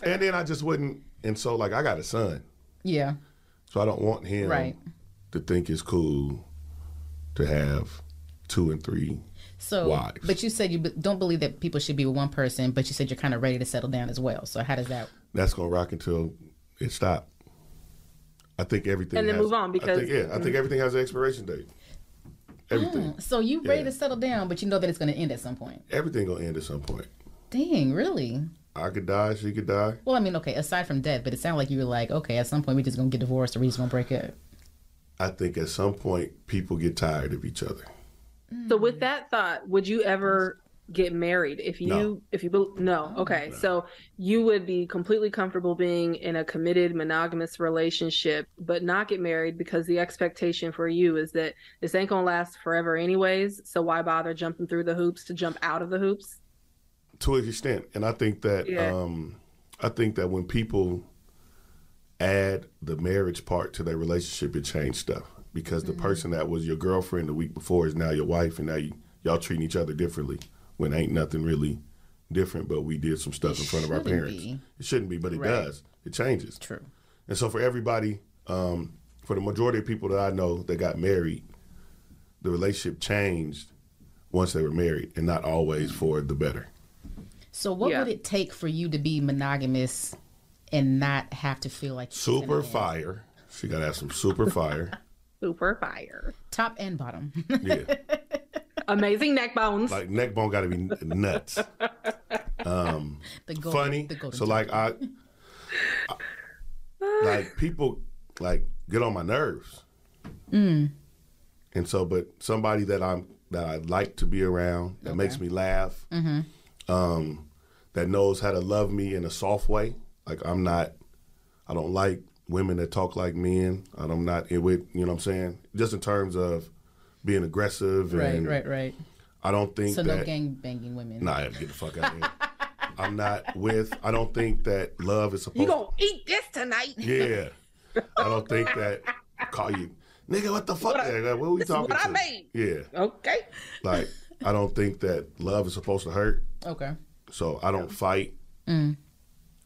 Speaker 3: and then I just wouldn't. And so, like, I got a son,
Speaker 1: Yeah.
Speaker 3: so I don't want him
Speaker 1: Right.
Speaker 3: to think it's cool to have two and three.
Speaker 1: So,
Speaker 3: Wives.
Speaker 1: but you said you b- don't believe that people should be with one person, but you said you're kind of ready to settle down as well. So how does that?
Speaker 3: That's gonna rock until it stops. I think everything
Speaker 4: And then
Speaker 3: has-
Speaker 4: move on,
Speaker 3: I
Speaker 4: because- Mm.
Speaker 3: think- yeah, I think everything has an expiration date. Everything,
Speaker 1: Oh, So you ready
Speaker 3: Yeah.
Speaker 1: to settle down, but you know that it's going to end at some point.
Speaker 3: everything gonna end at some point.
Speaker 1: Dang, really?
Speaker 3: I could die, she could die.
Speaker 1: Well, I mean, okay, aside from death, but it sounded like you were like, okay, at some point we're just going to get divorced or we're just going to break up.
Speaker 3: I think at some point people get tired of each other.
Speaker 4: So with that thought, would you ever get married if you
Speaker 3: No.
Speaker 4: if you bel- no okay so you would be completely comfortable being in a committed monogamous relationship but not get married because the expectation for you is that this ain't gonna last forever anyways so why bother jumping through the hoops to jump out of the hoops
Speaker 3: to an extent and i think that
Speaker 4: Yeah.
Speaker 3: um i think that when people add the marriage part to their relationship it changes stuff because
Speaker 1: Mm-hmm.
Speaker 3: the person that was your girlfriend the week before is now your wife and now you, y'all treating each other differently when ain't nothing really different but we did some stuff in front of our
Speaker 1: shouldn't
Speaker 3: parents
Speaker 1: be.
Speaker 3: it shouldn't be but it does it changes
Speaker 1: True.
Speaker 3: and so for everybody, um, for the majority of people that I know that got married, the relationship changed once they were married, and not always for the better.
Speaker 1: So what
Speaker 4: Yeah.
Speaker 1: would it take for you to be monogamous and not have to feel like you're in a
Speaker 3: Super
Speaker 1: band?
Speaker 3: fire. She gotta have some super fire.
Speaker 4: super fire
Speaker 1: top and bottom?
Speaker 3: Yeah,
Speaker 4: amazing neck bones
Speaker 3: like neck bone gotta be n- nuts. Um,
Speaker 1: the gold,
Speaker 3: Funny.
Speaker 1: The golden
Speaker 3: So like I, I- like people
Speaker 1: Mm.
Speaker 3: like get on my nerves. And so, but somebody that I'm that I like to be around, that makes me laugh,
Speaker 1: Mm-hmm.
Speaker 3: um, that knows how to love me in a soft way. Like I'm not, I don't like women that talk like men. and I'm not it with you know what I'm saying. Just in terms of being aggressive
Speaker 1: Right,
Speaker 3: and
Speaker 1: right, right.
Speaker 3: I don't think
Speaker 1: So
Speaker 3: that
Speaker 1: no gang banging women.
Speaker 3: Nah, get the fuck out of here. I'm not with. I don't think that love is supposed.
Speaker 4: You gonna
Speaker 2: Eat this tonight.
Speaker 3: yeah. I don't think that. Call you, nigga. What the fuck?
Speaker 2: What I-
Speaker 3: Like, what are we
Speaker 2: this is
Speaker 3: talking
Speaker 2: what I
Speaker 3: to?
Speaker 2: made.
Speaker 3: Yeah,
Speaker 4: okay?
Speaker 3: like I don't think that love is supposed to hurt.
Speaker 1: Okay.
Speaker 3: So I don't fight.
Speaker 1: Mm.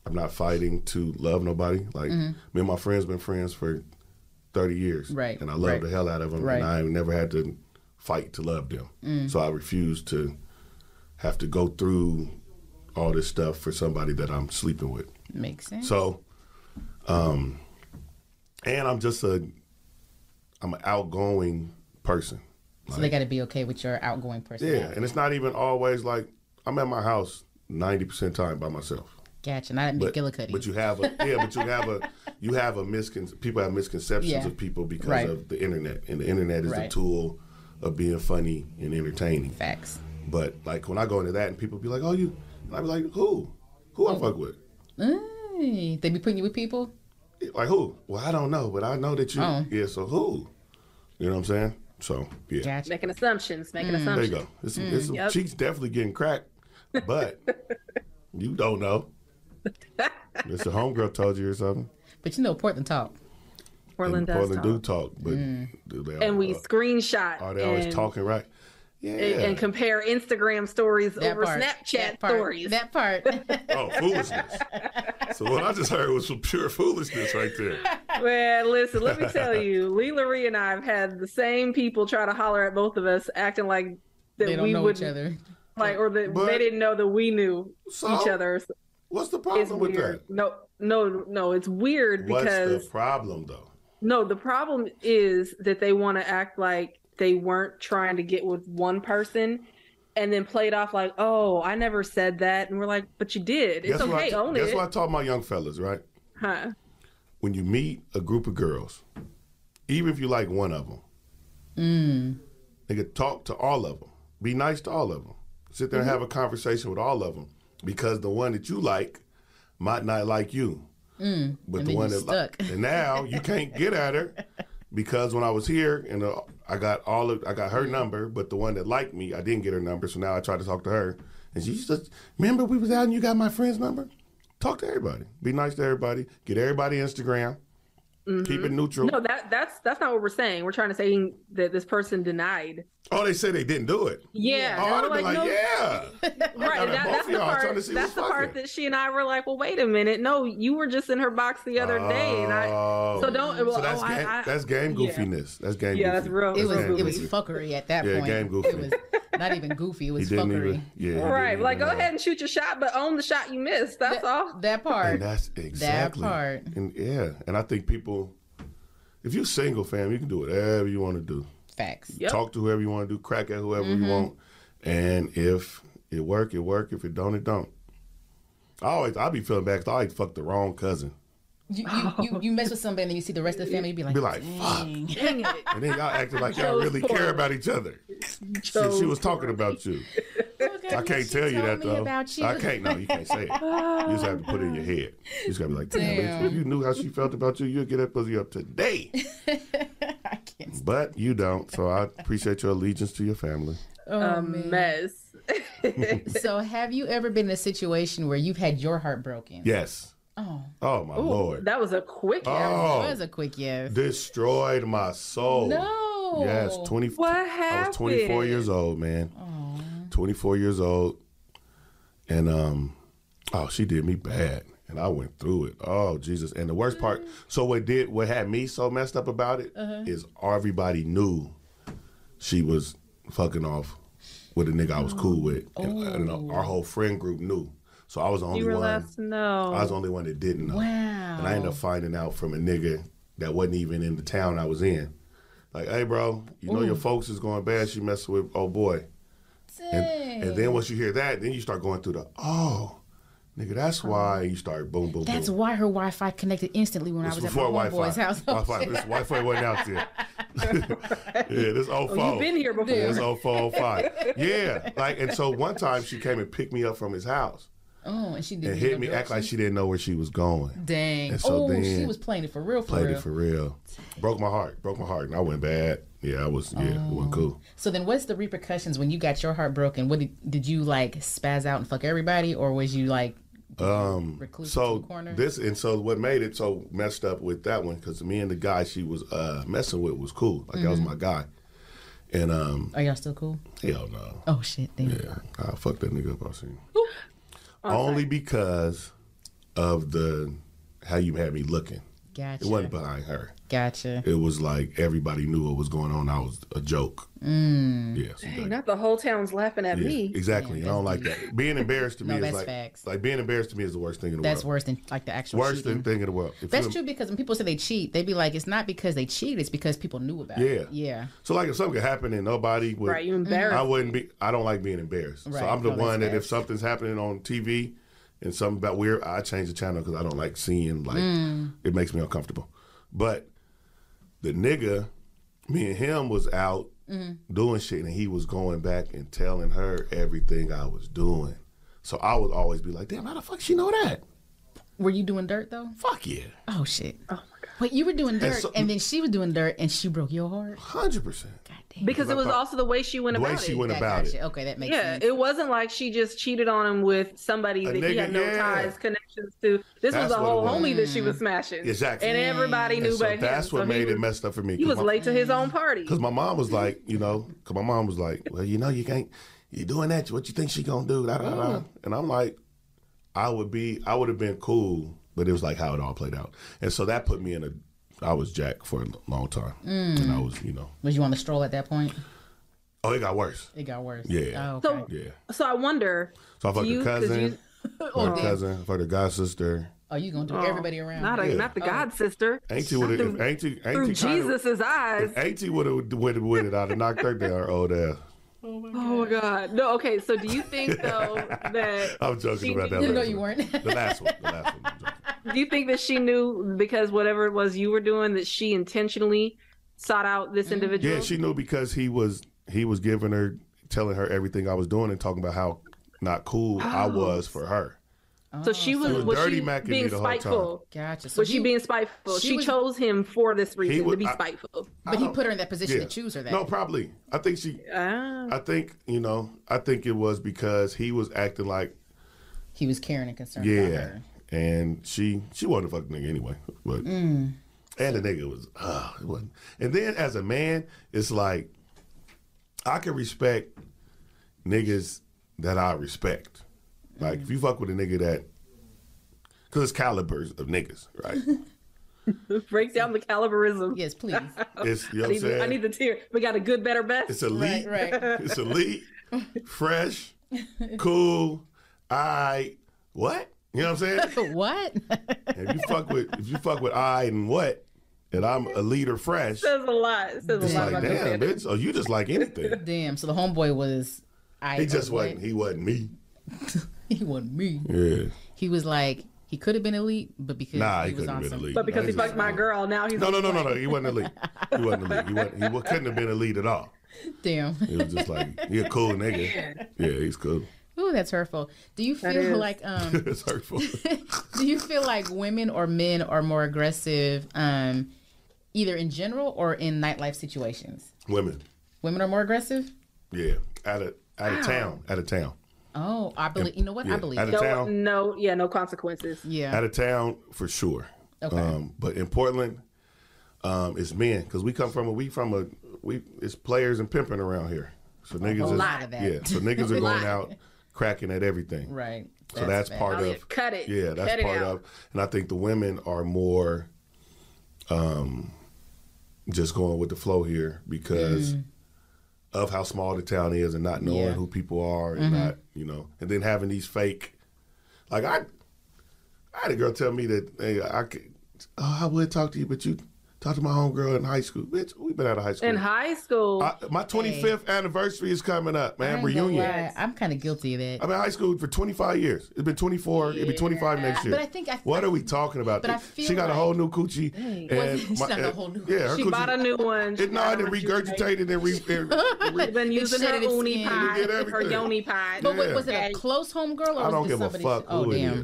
Speaker 3: I'm not fighting to love nobody. Like
Speaker 1: Mm-hmm.
Speaker 3: me and my friends been friends for 30 years,
Speaker 1: Right,
Speaker 3: And I love
Speaker 1: right,
Speaker 3: the hell out of them,
Speaker 1: right. Mm.
Speaker 3: and I never had to fight to love them. So I refuse to have to go through all this stuff for somebody that I'm sleeping with.
Speaker 1: Makes sense.
Speaker 3: So, um, and I'm just a, I'm an outgoing person.
Speaker 1: So they got to be okay with your outgoing
Speaker 3: Yeah,
Speaker 1: personality.
Speaker 3: and it's not even always like I'm at my house 90 percent time by myself.
Speaker 1: Gotcha. Not at
Speaker 3: But,
Speaker 1: McGillicuddy.
Speaker 3: but you have a yeah, but you have a you have a miscon people have misconceptions
Speaker 1: Yeah.
Speaker 3: of people because
Speaker 1: Right.
Speaker 3: of the internet, and the internet is the
Speaker 1: Right.
Speaker 3: tool of being funny and entertaining.
Speaker 1: Facts.
Speaker 3: But like when I go into that, and people be like, "Oh, you," and I be like, "Who? Who I fuck with?"
Speaker 1: Mm, they be putting you with people.
Speaker 3: Like who? Well, I don't know, but I know that you.
Speaker 1: Oh.
Speaker 3: Yeah, so who? You know what I'm saying? So yeah,
Speaker 1: Gotcha.
Speaker 4: Making assumptions, making
Speaker 3: there you
Speaker 4: assumptions.
Speaker 3: go. It's,
Speaker 1: Mm,
Speaker 3: it's some
Speaker 4: Yep.
Speaker 3: cheeks definitely getting cracked, but you don't know. Mr. Homegirl told you or something.
Speaker 1: But you know, Portland talk.
Speaker 4: Portland does
Speaker 3: and Portland do
Speaker 4: talk.
Speaker 3: talk, but do they
Speaker 4: Mm. and we
Speaker 3: uh,
Speaker 4: screenshot
Speaker 3: are they always
Speaker 4: and,
Speaker 3: talking right? Yeah.
Speaker 4: and, and compare Instagram stories
Speaker 1: That
Speaker 4: over
Speaker 1: part.
Speaker 4: Snapchat
Speaker 1: that part,
Speaker 4: stories.
Speaker 1: That part.
Speaker 3: oh, foolishness. so what I just heard was some pure foolishness right there.
Speaker 4: Well, listen, let me tell you, Leela Ree and I have had the same people try to holler at both of us, acting like that
Speaker 1: they don't
Speaker 4: we
Speaker 1: know
Speaker 4: would
Speaker 1: each other.
Speaker 4: like, or that
Speaker 3: But-
Speaker 4: they didn't know that we knew
Speaker 3: So?
Speaker 4: each other. So
Speaker 3: What's the
Speaker 4: It's
Speaker 3: problem with
Speaker 4: weird. No, no, no, it's weird
Speaker 3: that? What's
Speaker 4: because
Speaker 3: the problem though?
Speaker 4: no, the problem is that they want to act like they weren't trying to get with one person. And then played off like, "Oh, I never said that," and we're like, "But you did. It's
Speaker 3: Guess what I
Speaker 4: okay,
Speaker 3: t-
Speaker 4: own
Speaker 3: guess
Speaker 4: it."
Speaker 3: what I taught my young fellas, right?
Speaker 4: Huh?
Speaker 3: When you meet a group of girls, even if you like one of them,
Speaker 1: Mm.
Speaker 3: They could talk to all of them. Be nice to all of them. Sit there and have a
Speaker 1: Mm-hmm.
Speaker 3: conversation with all of them because the one that you like might not like you. Mm, but
Speaker 1: and
Speaker 3: the
Speaker 1: then
Speaker 3: one
Speaker 1: you
Speaker 3: that like,
Speaker 1: stuck.
Speaker 3: and now you can't get at her because when I was here and uh, I got all of I got her number, but the one that liked me, I didn't get her number, so now I tried to talk to her and she's just remember we was out and you got my friend's number. Talk to everybody. Be nice to everybody. Get everybody Instagram. Keep it neutral.
Speaker 4: Mm-hmm. No, that that's that's not what we're saying. We're trying to say that this person denied.
Speaker 3: Oh, they say they didn't do it.
Speaker 4: Yeah,
Speaker 3: Oh,
Speaker 4: and
Speaker 3: I'd have
Speaker 4: we're
Speaker 3: been like,
Speaker 4: no,
Speaker 3: yeah.
Speaker 4: right.
Speaker 3: Now that
Speaker 4: That,
Speaker 3: both
Speaker 4: that's
Speaker 3: of
Speaker 4: the
Speaker 3: y'all trying to
Speaker 4: part.
Speaker 3: see
Speaker 4: That's
Speaker 3: who's
Speaker 4: the part
Speaker 3: fucking.
Speaker 4: that she and I were like, well, wait a minute. No, you were just in her box the other day, and I.
Speaker 3: Oh.
Speaker 4: So don't. Well,
Speaker 3: So that's
Speaker 4: oh, I-
Speaker 3: game,
Speaker 4: I-
Speaker 3: that's game
Speaker 4: yeah.
Speaker 3: goofiness. That's game.
Speaker 4: Yeah,
Speaker 3: goofy.
Speaker 4: that's real-
Speaker 1: It was
Speaker 4: game
Speaker 1: it was
Speaker 3: goofy.
Speaker 1: fuckery at that
Speaker 3: Yeah,
Speaker 1: point.
Speaker 3: game goofy.
Speaker 1: It was not even goofy. It
Speaker 3: He
Speaker 1: was
Speaker 3: didn't
Speaker 1: fuckery.
Speaker 3: even. Yeah. he
Speaker 4: Right.
Speaker 3: didn't
Speaker 4: Like,
Speaker 3: even
Speaker 4: go
Speaker 3: know.
Speaker 4: ahead and shoot your shot, but own the shot you missed. That's all.
Speaker 1: That
Speaker 3: And
Speaker 1: part.
Speaker 3: that's exactly.
Speaker 1: part.
Speaker 3: And yeah, and I think people, if you single, fam, you can do whatever you want to do.
Speaker 1: Facts.
Speaker 4: Yep. Mm-hmm.
Speaker 3: Talk to whoever you want to do. Crack at whoever you want. And if it work, it work. If it don't, it don't. I always, I be feeling bad 'cause I always fucked the wrong cousin.
Speaker 1: You, you, you, you mess with somebody and then you see the rest of the family, you be like,
Speaker 3: Be like, fuck.
Speaker 1: "Dang."
Speaker 4: Dang it.
Speaker 3: And then y'all acting like y'all really care about each other. Shit, she was talking about you. I can't tell you that though. I can't. No, you can't say it. You just have to put it in your head. You just gotta be like, damn. bitch,
Speaker 1: Damn.
Speaker 3: If you knew how she felt about you, you'd get that pussy up today.
Speaker 1: I can't.
Speaker 3: But you don't. So I appreciate your allegiance to your family.
Speaker 1: Oh,
Speaker 4: a
Speaker 1: man.
Speaker 4: mess.
Speaker 1: So, have you ever been in a situation where you've had your heart broken?
Speaker 3: Yes.
Speaker 1: Oh,
Speaker 3: Oh my
Speaker 4: Ooh,
Speaker 3: lord.
Speaker 4: that was a quick. answer.
Speaker 1: that was
Speaker 3: Oh,
Speaker 1: a quick yes.
Speaker 3: destroyed my soul.
Speaker 1: No.
Speaker 3: Yes. Twenty.
Speaker 4: Oh, What
Speaker 3: I
Speaker 4: happened?
Speaker 3: was 24 years old, man.
Speaker 1: Oh,
Speaker 3: 24 years old, and um, oh, she did me bad, and I went through it. Oh Jesus! And the worst
Speaker 4: Mm.
Speaker 3: part, so what did what had me so messed up about it is
Speaker 4: Uh-huh.
Speaker 3: everybody knew she was fucking off with a nigga I was
Speaker 4: Oh.
Speaker 3: cool with, and, and uh, our whole friend group knew. So I was the only
Speaker 4: You were
Speaker 3: one.
Speaker 4: left. No.
Speaker 3: I was the only one that didn't know.
Speaker 1: wow.
Speaker 3: And I ended up finding out from a nigga that wasn't even in the town I was in. Like, hey, bro, you know your folks is going bad. She messing with, oh boy.
Speaker 1: Dang.
Speaker 3: And then once you hear that, then you start going through the oh, nigga, that's why you start boom boom.
Speaker 1: That's
Speaker 3: boom.
Speaker 1: why her Wi-Fi connected instantly when I was at my boy's house.
Speaker 3: Wi-Fi. This Wi-Fi wasn't out there. yeah, this old
Speaker 4: Oh,
Speaker 3: phone.
Speaker 4: you've been here before.
Speaker 3: Yeah, it's 0405. yeah. Like, and so one time she came and picked me up from his house
Speaker 1: Oh, and she did
Speaker 3: and hit me, act like she didn't know where she was going.
Speaker 1: Dang.
Speaker 3: And so
Speaker 1: oh, she
Speaker 3: then
Speaker 1: was playing it for real. For
Speaker 3: Played
Speaker 1: real.
Speaker 3: it for real. Broke my heart. Broke my heart. And I went bad. Yeah, I was, yeah, it wasn't cool.
Speaker 1: So then, what's the repercussions when you got your heart broken? What did, did you like spaz out and fuck everybody, or was you like um recluse in the
Speaker 3: So
Speaker 1: corner?
Speaker 3: this and so what made it so messed up with that one because me and the guy she was uh messing with was cool like that
Speaker 1: Mm-hmm.
Speaker 3: was my guy, and um
Speaker 1: Are y'all still cool?
Speaker 3: hell no
Speaker 1: Oh shit! Damn.
Speaker 3: yeah I fucked that nigga up I seen him. only because of the how you had me looking
Speaker 1: Gotcha.
Speaker 3: it wasn't behind her
Speaker 1: Gotcha.
Speaker 3: it was like everybody knew what was going on I was a joke mm. yeah so that-
Speaker 4: Not the whole town's laughing at
Speaker 3: yeah,
Speaker 4: me.
Speaker 3: exactly I don't like that being embarrassed to me
Speaker 1: No,
Speaker 3: is
Speaker 1: that's
Speaker 3: like
Speaker 1: facts.
Speaker 3: like being embarrassed to me is the worst thing in the
Speaker 1: That's
Speaker 3: world
Speaker 1: worse than like the actual
Speaker 3: worst
Speaker 1: cheating.
Speaker 3: thing, thing in the world If
Speaker 1: That's
Speaker 3: you-
Speaker 1: true because when people say they cheat, they be like, it's not because they cheated, it's because people knew about it.
Speaker 3: Yeah.
Speaker 1: Yeah.
Speaker 3: So like if something could happen and nobody would
Speaker 4: Right, you embarrassed.
Speaker 3: Mm-hmm. I wouldn't be I don't like being embarrassed.
Speaker 1: Right,
Speaker 3: So I'm the
Speaker 1: no, that's
Speaker 3: one that
Speaker 1: bad.
Speaker 3: if something's happening on TV and something about weird, I change the channel because I don't like seeing like
Speaker 1: Mm.
Speaker 3: it makes me uncomfortable. But the nigga, me and him was out
Speaker 1: Mm.
Speaker 3: doing shit and he was going back and telling her everything I was doing. So I would always be like, damn, how the fuck she know that?
Speaker 1: Were you doing dirt though?
Speaker 3: Fuck yeah.
Speaker 1: Oh shit. Oh my god. But you were doing dirt, and,
Speaker 3: so-
Speaker 1: then she was doing dirt, and she broke your heart.
Speaker 3: Hundred percent.
Speaker 4: Because it was also the way she went
Speaker 3: The
Speaker 4: about
Speaker 3: way she
Speaker 4: it.
Speaker 3: went
Speaker 1: That
Speaker 3: about
Speaker 1: gotcha.
Speaker 3: it.
Speaker 1: Okay, that makes
Speaker 4: yeah,
Speaker 1: sense.
Speaker 4: it wasn't like she just cheated on him with somebody
Speaker 3: A
Speaker 4: that he
Speaker 3: nigga,
Speaker 4: had no
Speaker 3: yeah.
Speaker 4: ties, connections to. This
Speaker 3: That's
Speaker 4: was a
Speaker 3: what it
Speaker 4: whole
Speaker 3: was.
Speaker 4: homie that she was smashing.
Speaker 3: Exactly.
Speaker 4: And everybody knew
Speaker 3: And so
Speaker 4: but him.
Speaker 3: that's what
Speaker 4: So he
Speaker 3: made
Speaker 4: was-
Speaker 3: it messed up for me.
Speaker 4: He
Speaker 3: 'cause
Speaker 4: was
Speaker 3: my- Mm-hmm.
Speaker 4: late to his own party.
Speaker 3: Cause my mom was like, you know, cause my mom was like, well, you know, you can't, you doing that. What you think she gonna do? Da, da, da.
Speaker 4: Mm.
Speaker 3: And I'm like, I would be, I would have been cool, but it was like how it all played out. And so that put me in a, I was Jack for a l- long time, and
Speaker 4: Mm.
Speaker 3: I was, you know,
Speaker 1: Mm. Was you on the stroll at that point?
Speaker 3: oh, it got worse.
Speaker 1: It got worse.
Speaker 3: Yeah.
Speaker 1: Oh,
Speaker 4: So-
Speaker 1: okay.
Speaker 3: Yeah.
Speaker 4: So I wonder.
Speaker 3: So I fucked
Speaker 4: you-
Speaker 3: her
Speaker 4: 'cause
Speaker 3: cousin,
Speaker 1: Oh,
Speaker 3: fucked her
Speaker 1: damn.
Speaker 3: cousin, fucked her god sister.
Speaker 1: oh, you gonna do everybody around?
Speaker 4: Not a,
Speaker 3: Yeah.
Speaker 4: not the god sister.
Speaker 3: Auntie would have, if Auntie,
Speaker 4: Through
Speaker 3: Auntie kinda,
Speaker 4: Jesus' eyes.
Speaker 3: if Auntie would have went with it, I'd have knocked her down, her old ass.
Speaker 4: Oh my god. No, okay. So do you think though that
Speaker 3: I'm joking about that.
Speaker 1: you know
Speaker 3: last
Speaker 1: you
Speaker 3: one.
Speaker 1: weren't.
Speaker 3: The last one. The last one. I'm joking.
Speaker 4: do you think that she knew because whatever it was you were doing that she intentionally sought out this individual?
Speaker 3: Yeah, she knew because he was he was giving her telling her everything I was doing and talking about how not cool
Speaker 1: Oh.
Speaker 3: I was for her.
Speaker 4: so she was,
Speaker 3: She was
Speaker 4: was
Speaker 3: dirty
Speaker 4: she
Speaker 3: macking me
Speaker 4: being
Speaker 3: the whole time.
Speaker 4: spiteful.
Speaker 1: gotcha. So
Speaker 4: Was she
Speaker 1: he-
Speaker 4: being spiteful?
Speaker 1: she
Speaker 4: She,
Speaker 1: was-
Speaker 4: chose him for this reason
Speaker 3: was-
Speaker 4: to be
Speaker 3: I-
Speaker 4: spiteful.
Speaker 1: But he
Speaker 3: don't-
Speaker 1: put her in that position
Speaker 3: Oh, Yeah.
Speaker 1: to choose her. That.
Speaker 3: No, probably. I think she
Speaker 4: Ah.
Speaker 3: I think, you know, I think it was because he was acting like
Speaker 1: He was caring and concerned about
Speaker 3: yeah.
Speaker 1: her.
Speaker 3: And she she wasn't a fucking nigga anyway. But
Speaker 4: Mm.
Speaker 3: and the nigga was uh it wasn't and then as a man, it's like I can respect niggas that I respect. Like
Speaker 4: Mm.
Speaker 3: if you fuck with a nigga that Cause it's calibers of niggas, right?
Speaker 4: Break down the caliberism.
Speaker 1: Yes, please.
Speaker 3: It's you know
Speaker 4: I
Speaker 3: what I'm
Speaker 4: need, the, I
Speaker 3: saying.
Speaker 4: need the tier. We got a good, better, best.
Speaker 3: It's elite.
Speaker 1: Right, right.
Speaker 3: It's elite, fresh, cool. I what? You know what I'm saying?
Speaker 1: But what?
Speaker 3: If you fuck with if you fuck with I and what, and I'm elite or fresh,
Speaker 4: It says a lot. It says
Speaker 3: it's
Speaker 4: a lot
Speaker 3: like
Speaker 4: about your
Speaker 3: damn,
Speaker 4: standards.
Speaker 3: bitch. Oh, you just like anything.
Speaker 1: Damn. So the homeboy was. I.
Speaker 3: He just
Speaker 1: oh, what?
Speaker 3: wasn't. He wasn't me.
Speaker 1: He wasn't me.
Speaker 3: Yeah.
Speaker 1: He was like he could have been elite, but because
Speaker 3: Nah,
Speaker 1: he,
Speaker 3: he
Speaker 1: was
Speaker 3: couldn't
Speaker 1: on
Speaker 3: have been
Speaker 1: some.
Speaker 3: elite.
Speaker 4: But because he
Speaker 3: That's just-
Speaker 4: fucked my girl, now he's
Speaker 3: No, no, no, no, no. He wasn't elite. He wasn't elite. He, wasn't, he wa- couldn't have been elite at all.
Speaker 1: Damn.
Speaker 3: It was just like he a cool nigga. Yeah, he's cool.
Speaker 1: Ooh, that's hurtful. Do you feel
Speaker 4: is.
Speaker 1: like um
Speaker 3: it's hurtful.
Speaker 1: do you feel like women or men are more aggressive um either in general or in nightlife situations?
Speaker 3: Women.
Speaker 1: Women are more aggressive?
Speaker 3: Yeah. Out of out of town. Out of town.
Speaker 1: Oh, I believe you know what?
Speaker 3: Yeah,
Speaker 1: I believe
Speaker 3: out of
Speaker 1: that.
Speaker 4: no,
Speaker 3: town.
Speaker 4: no, yeah, no consequences.
Speaker 1: Yeah.
Speaker 3: Out of town for sure.
Speaker 1: Okay.
Speaker 3: Um, but in Portland, um, it's men because we come from a we from a we it's players and pimping around here. So niggas is,
Speaker 1: lot of that.
Speaker 3: yeah. So niggas are going out cracking at everything.
Speaker 1: right.
Speaker 3: So that's,
Speaker 1: bad.
Speaker 3: part
Speaker 4: Oh, yeah,
Speaker 3: of
Speaker 4: cut it.
Speaker 3: Yeah, that's
Speaker 4: Cut it
Speaker 3: part
Speaker 4: out.
Speaker 3: of. And I think the women are more, um, just going with the flow here because of how small the town is and not knowing
Speaker 1: Yeah.
Speaker 3: who people are and not you know, and then having these fake, like I, I had a girl tell me that hey, I could, oh, I would talk to you, but you. Talk to my homegirl in high school. Bitch, we been out of high school.
Speaker 4: In high school,
Speaker 3: I, my 25th anniversary is coming up, man.
Speaker 1: I ain't gonna
Speaker 3: Reunion.
Speaker 1: lie, I'm kind of guilty of it.
Speaker 3: I've been in high school for 25 years. It's been 24. It'll be 25 next
Speaker 1: But
Speaker 3: year.
Speaker 1: I think I-
Speaker 3: what are we talking about?
Speaker 1: but I
Speaker 3: dude?
Speaker 1: feel
Speaker 3: she got a
Speaker 1: like-
Speaker 3: whole new coochie. And
Speaker 1: She got a
Speaker 3: and-
Speaker 1: whole new-
Speaker 3: Yeah, her
Speaker 4: she
Speaker 3: coochie.
Speaker 4: bought a new one. She
Speaker 3: It, no,
Speaker 4: got
Speaker 3: and
Speaker 4: a
Speaker 3: then
Speaker 4: refrigerator.
Speaker 3: regurgitated and re, and-
Speaker 4: She's been using her
Speaker 1: shedded its
Speaker 4: uni
Speaker 1: skin.
Speaker 4: pie,
Speaker 3: You get
Speaker 4: her
Speaker 3: everything.
Speaker 4: yoni pie.
Speaker 1: But wait,
Speaker 3: Yeah.
Speaker 1: was it a
Speaker 4: Yeah.
Speaker 1: close home girl or
Speaker 3: I
Speaker 1: was
Speaker 3: don't
Speaker 1: it
Speaker 3: give a
Speaker 1: somebody?
Speaker 3: fuck
Speaker 1: oh
Speaker 3: who it
Speaker 1: damn!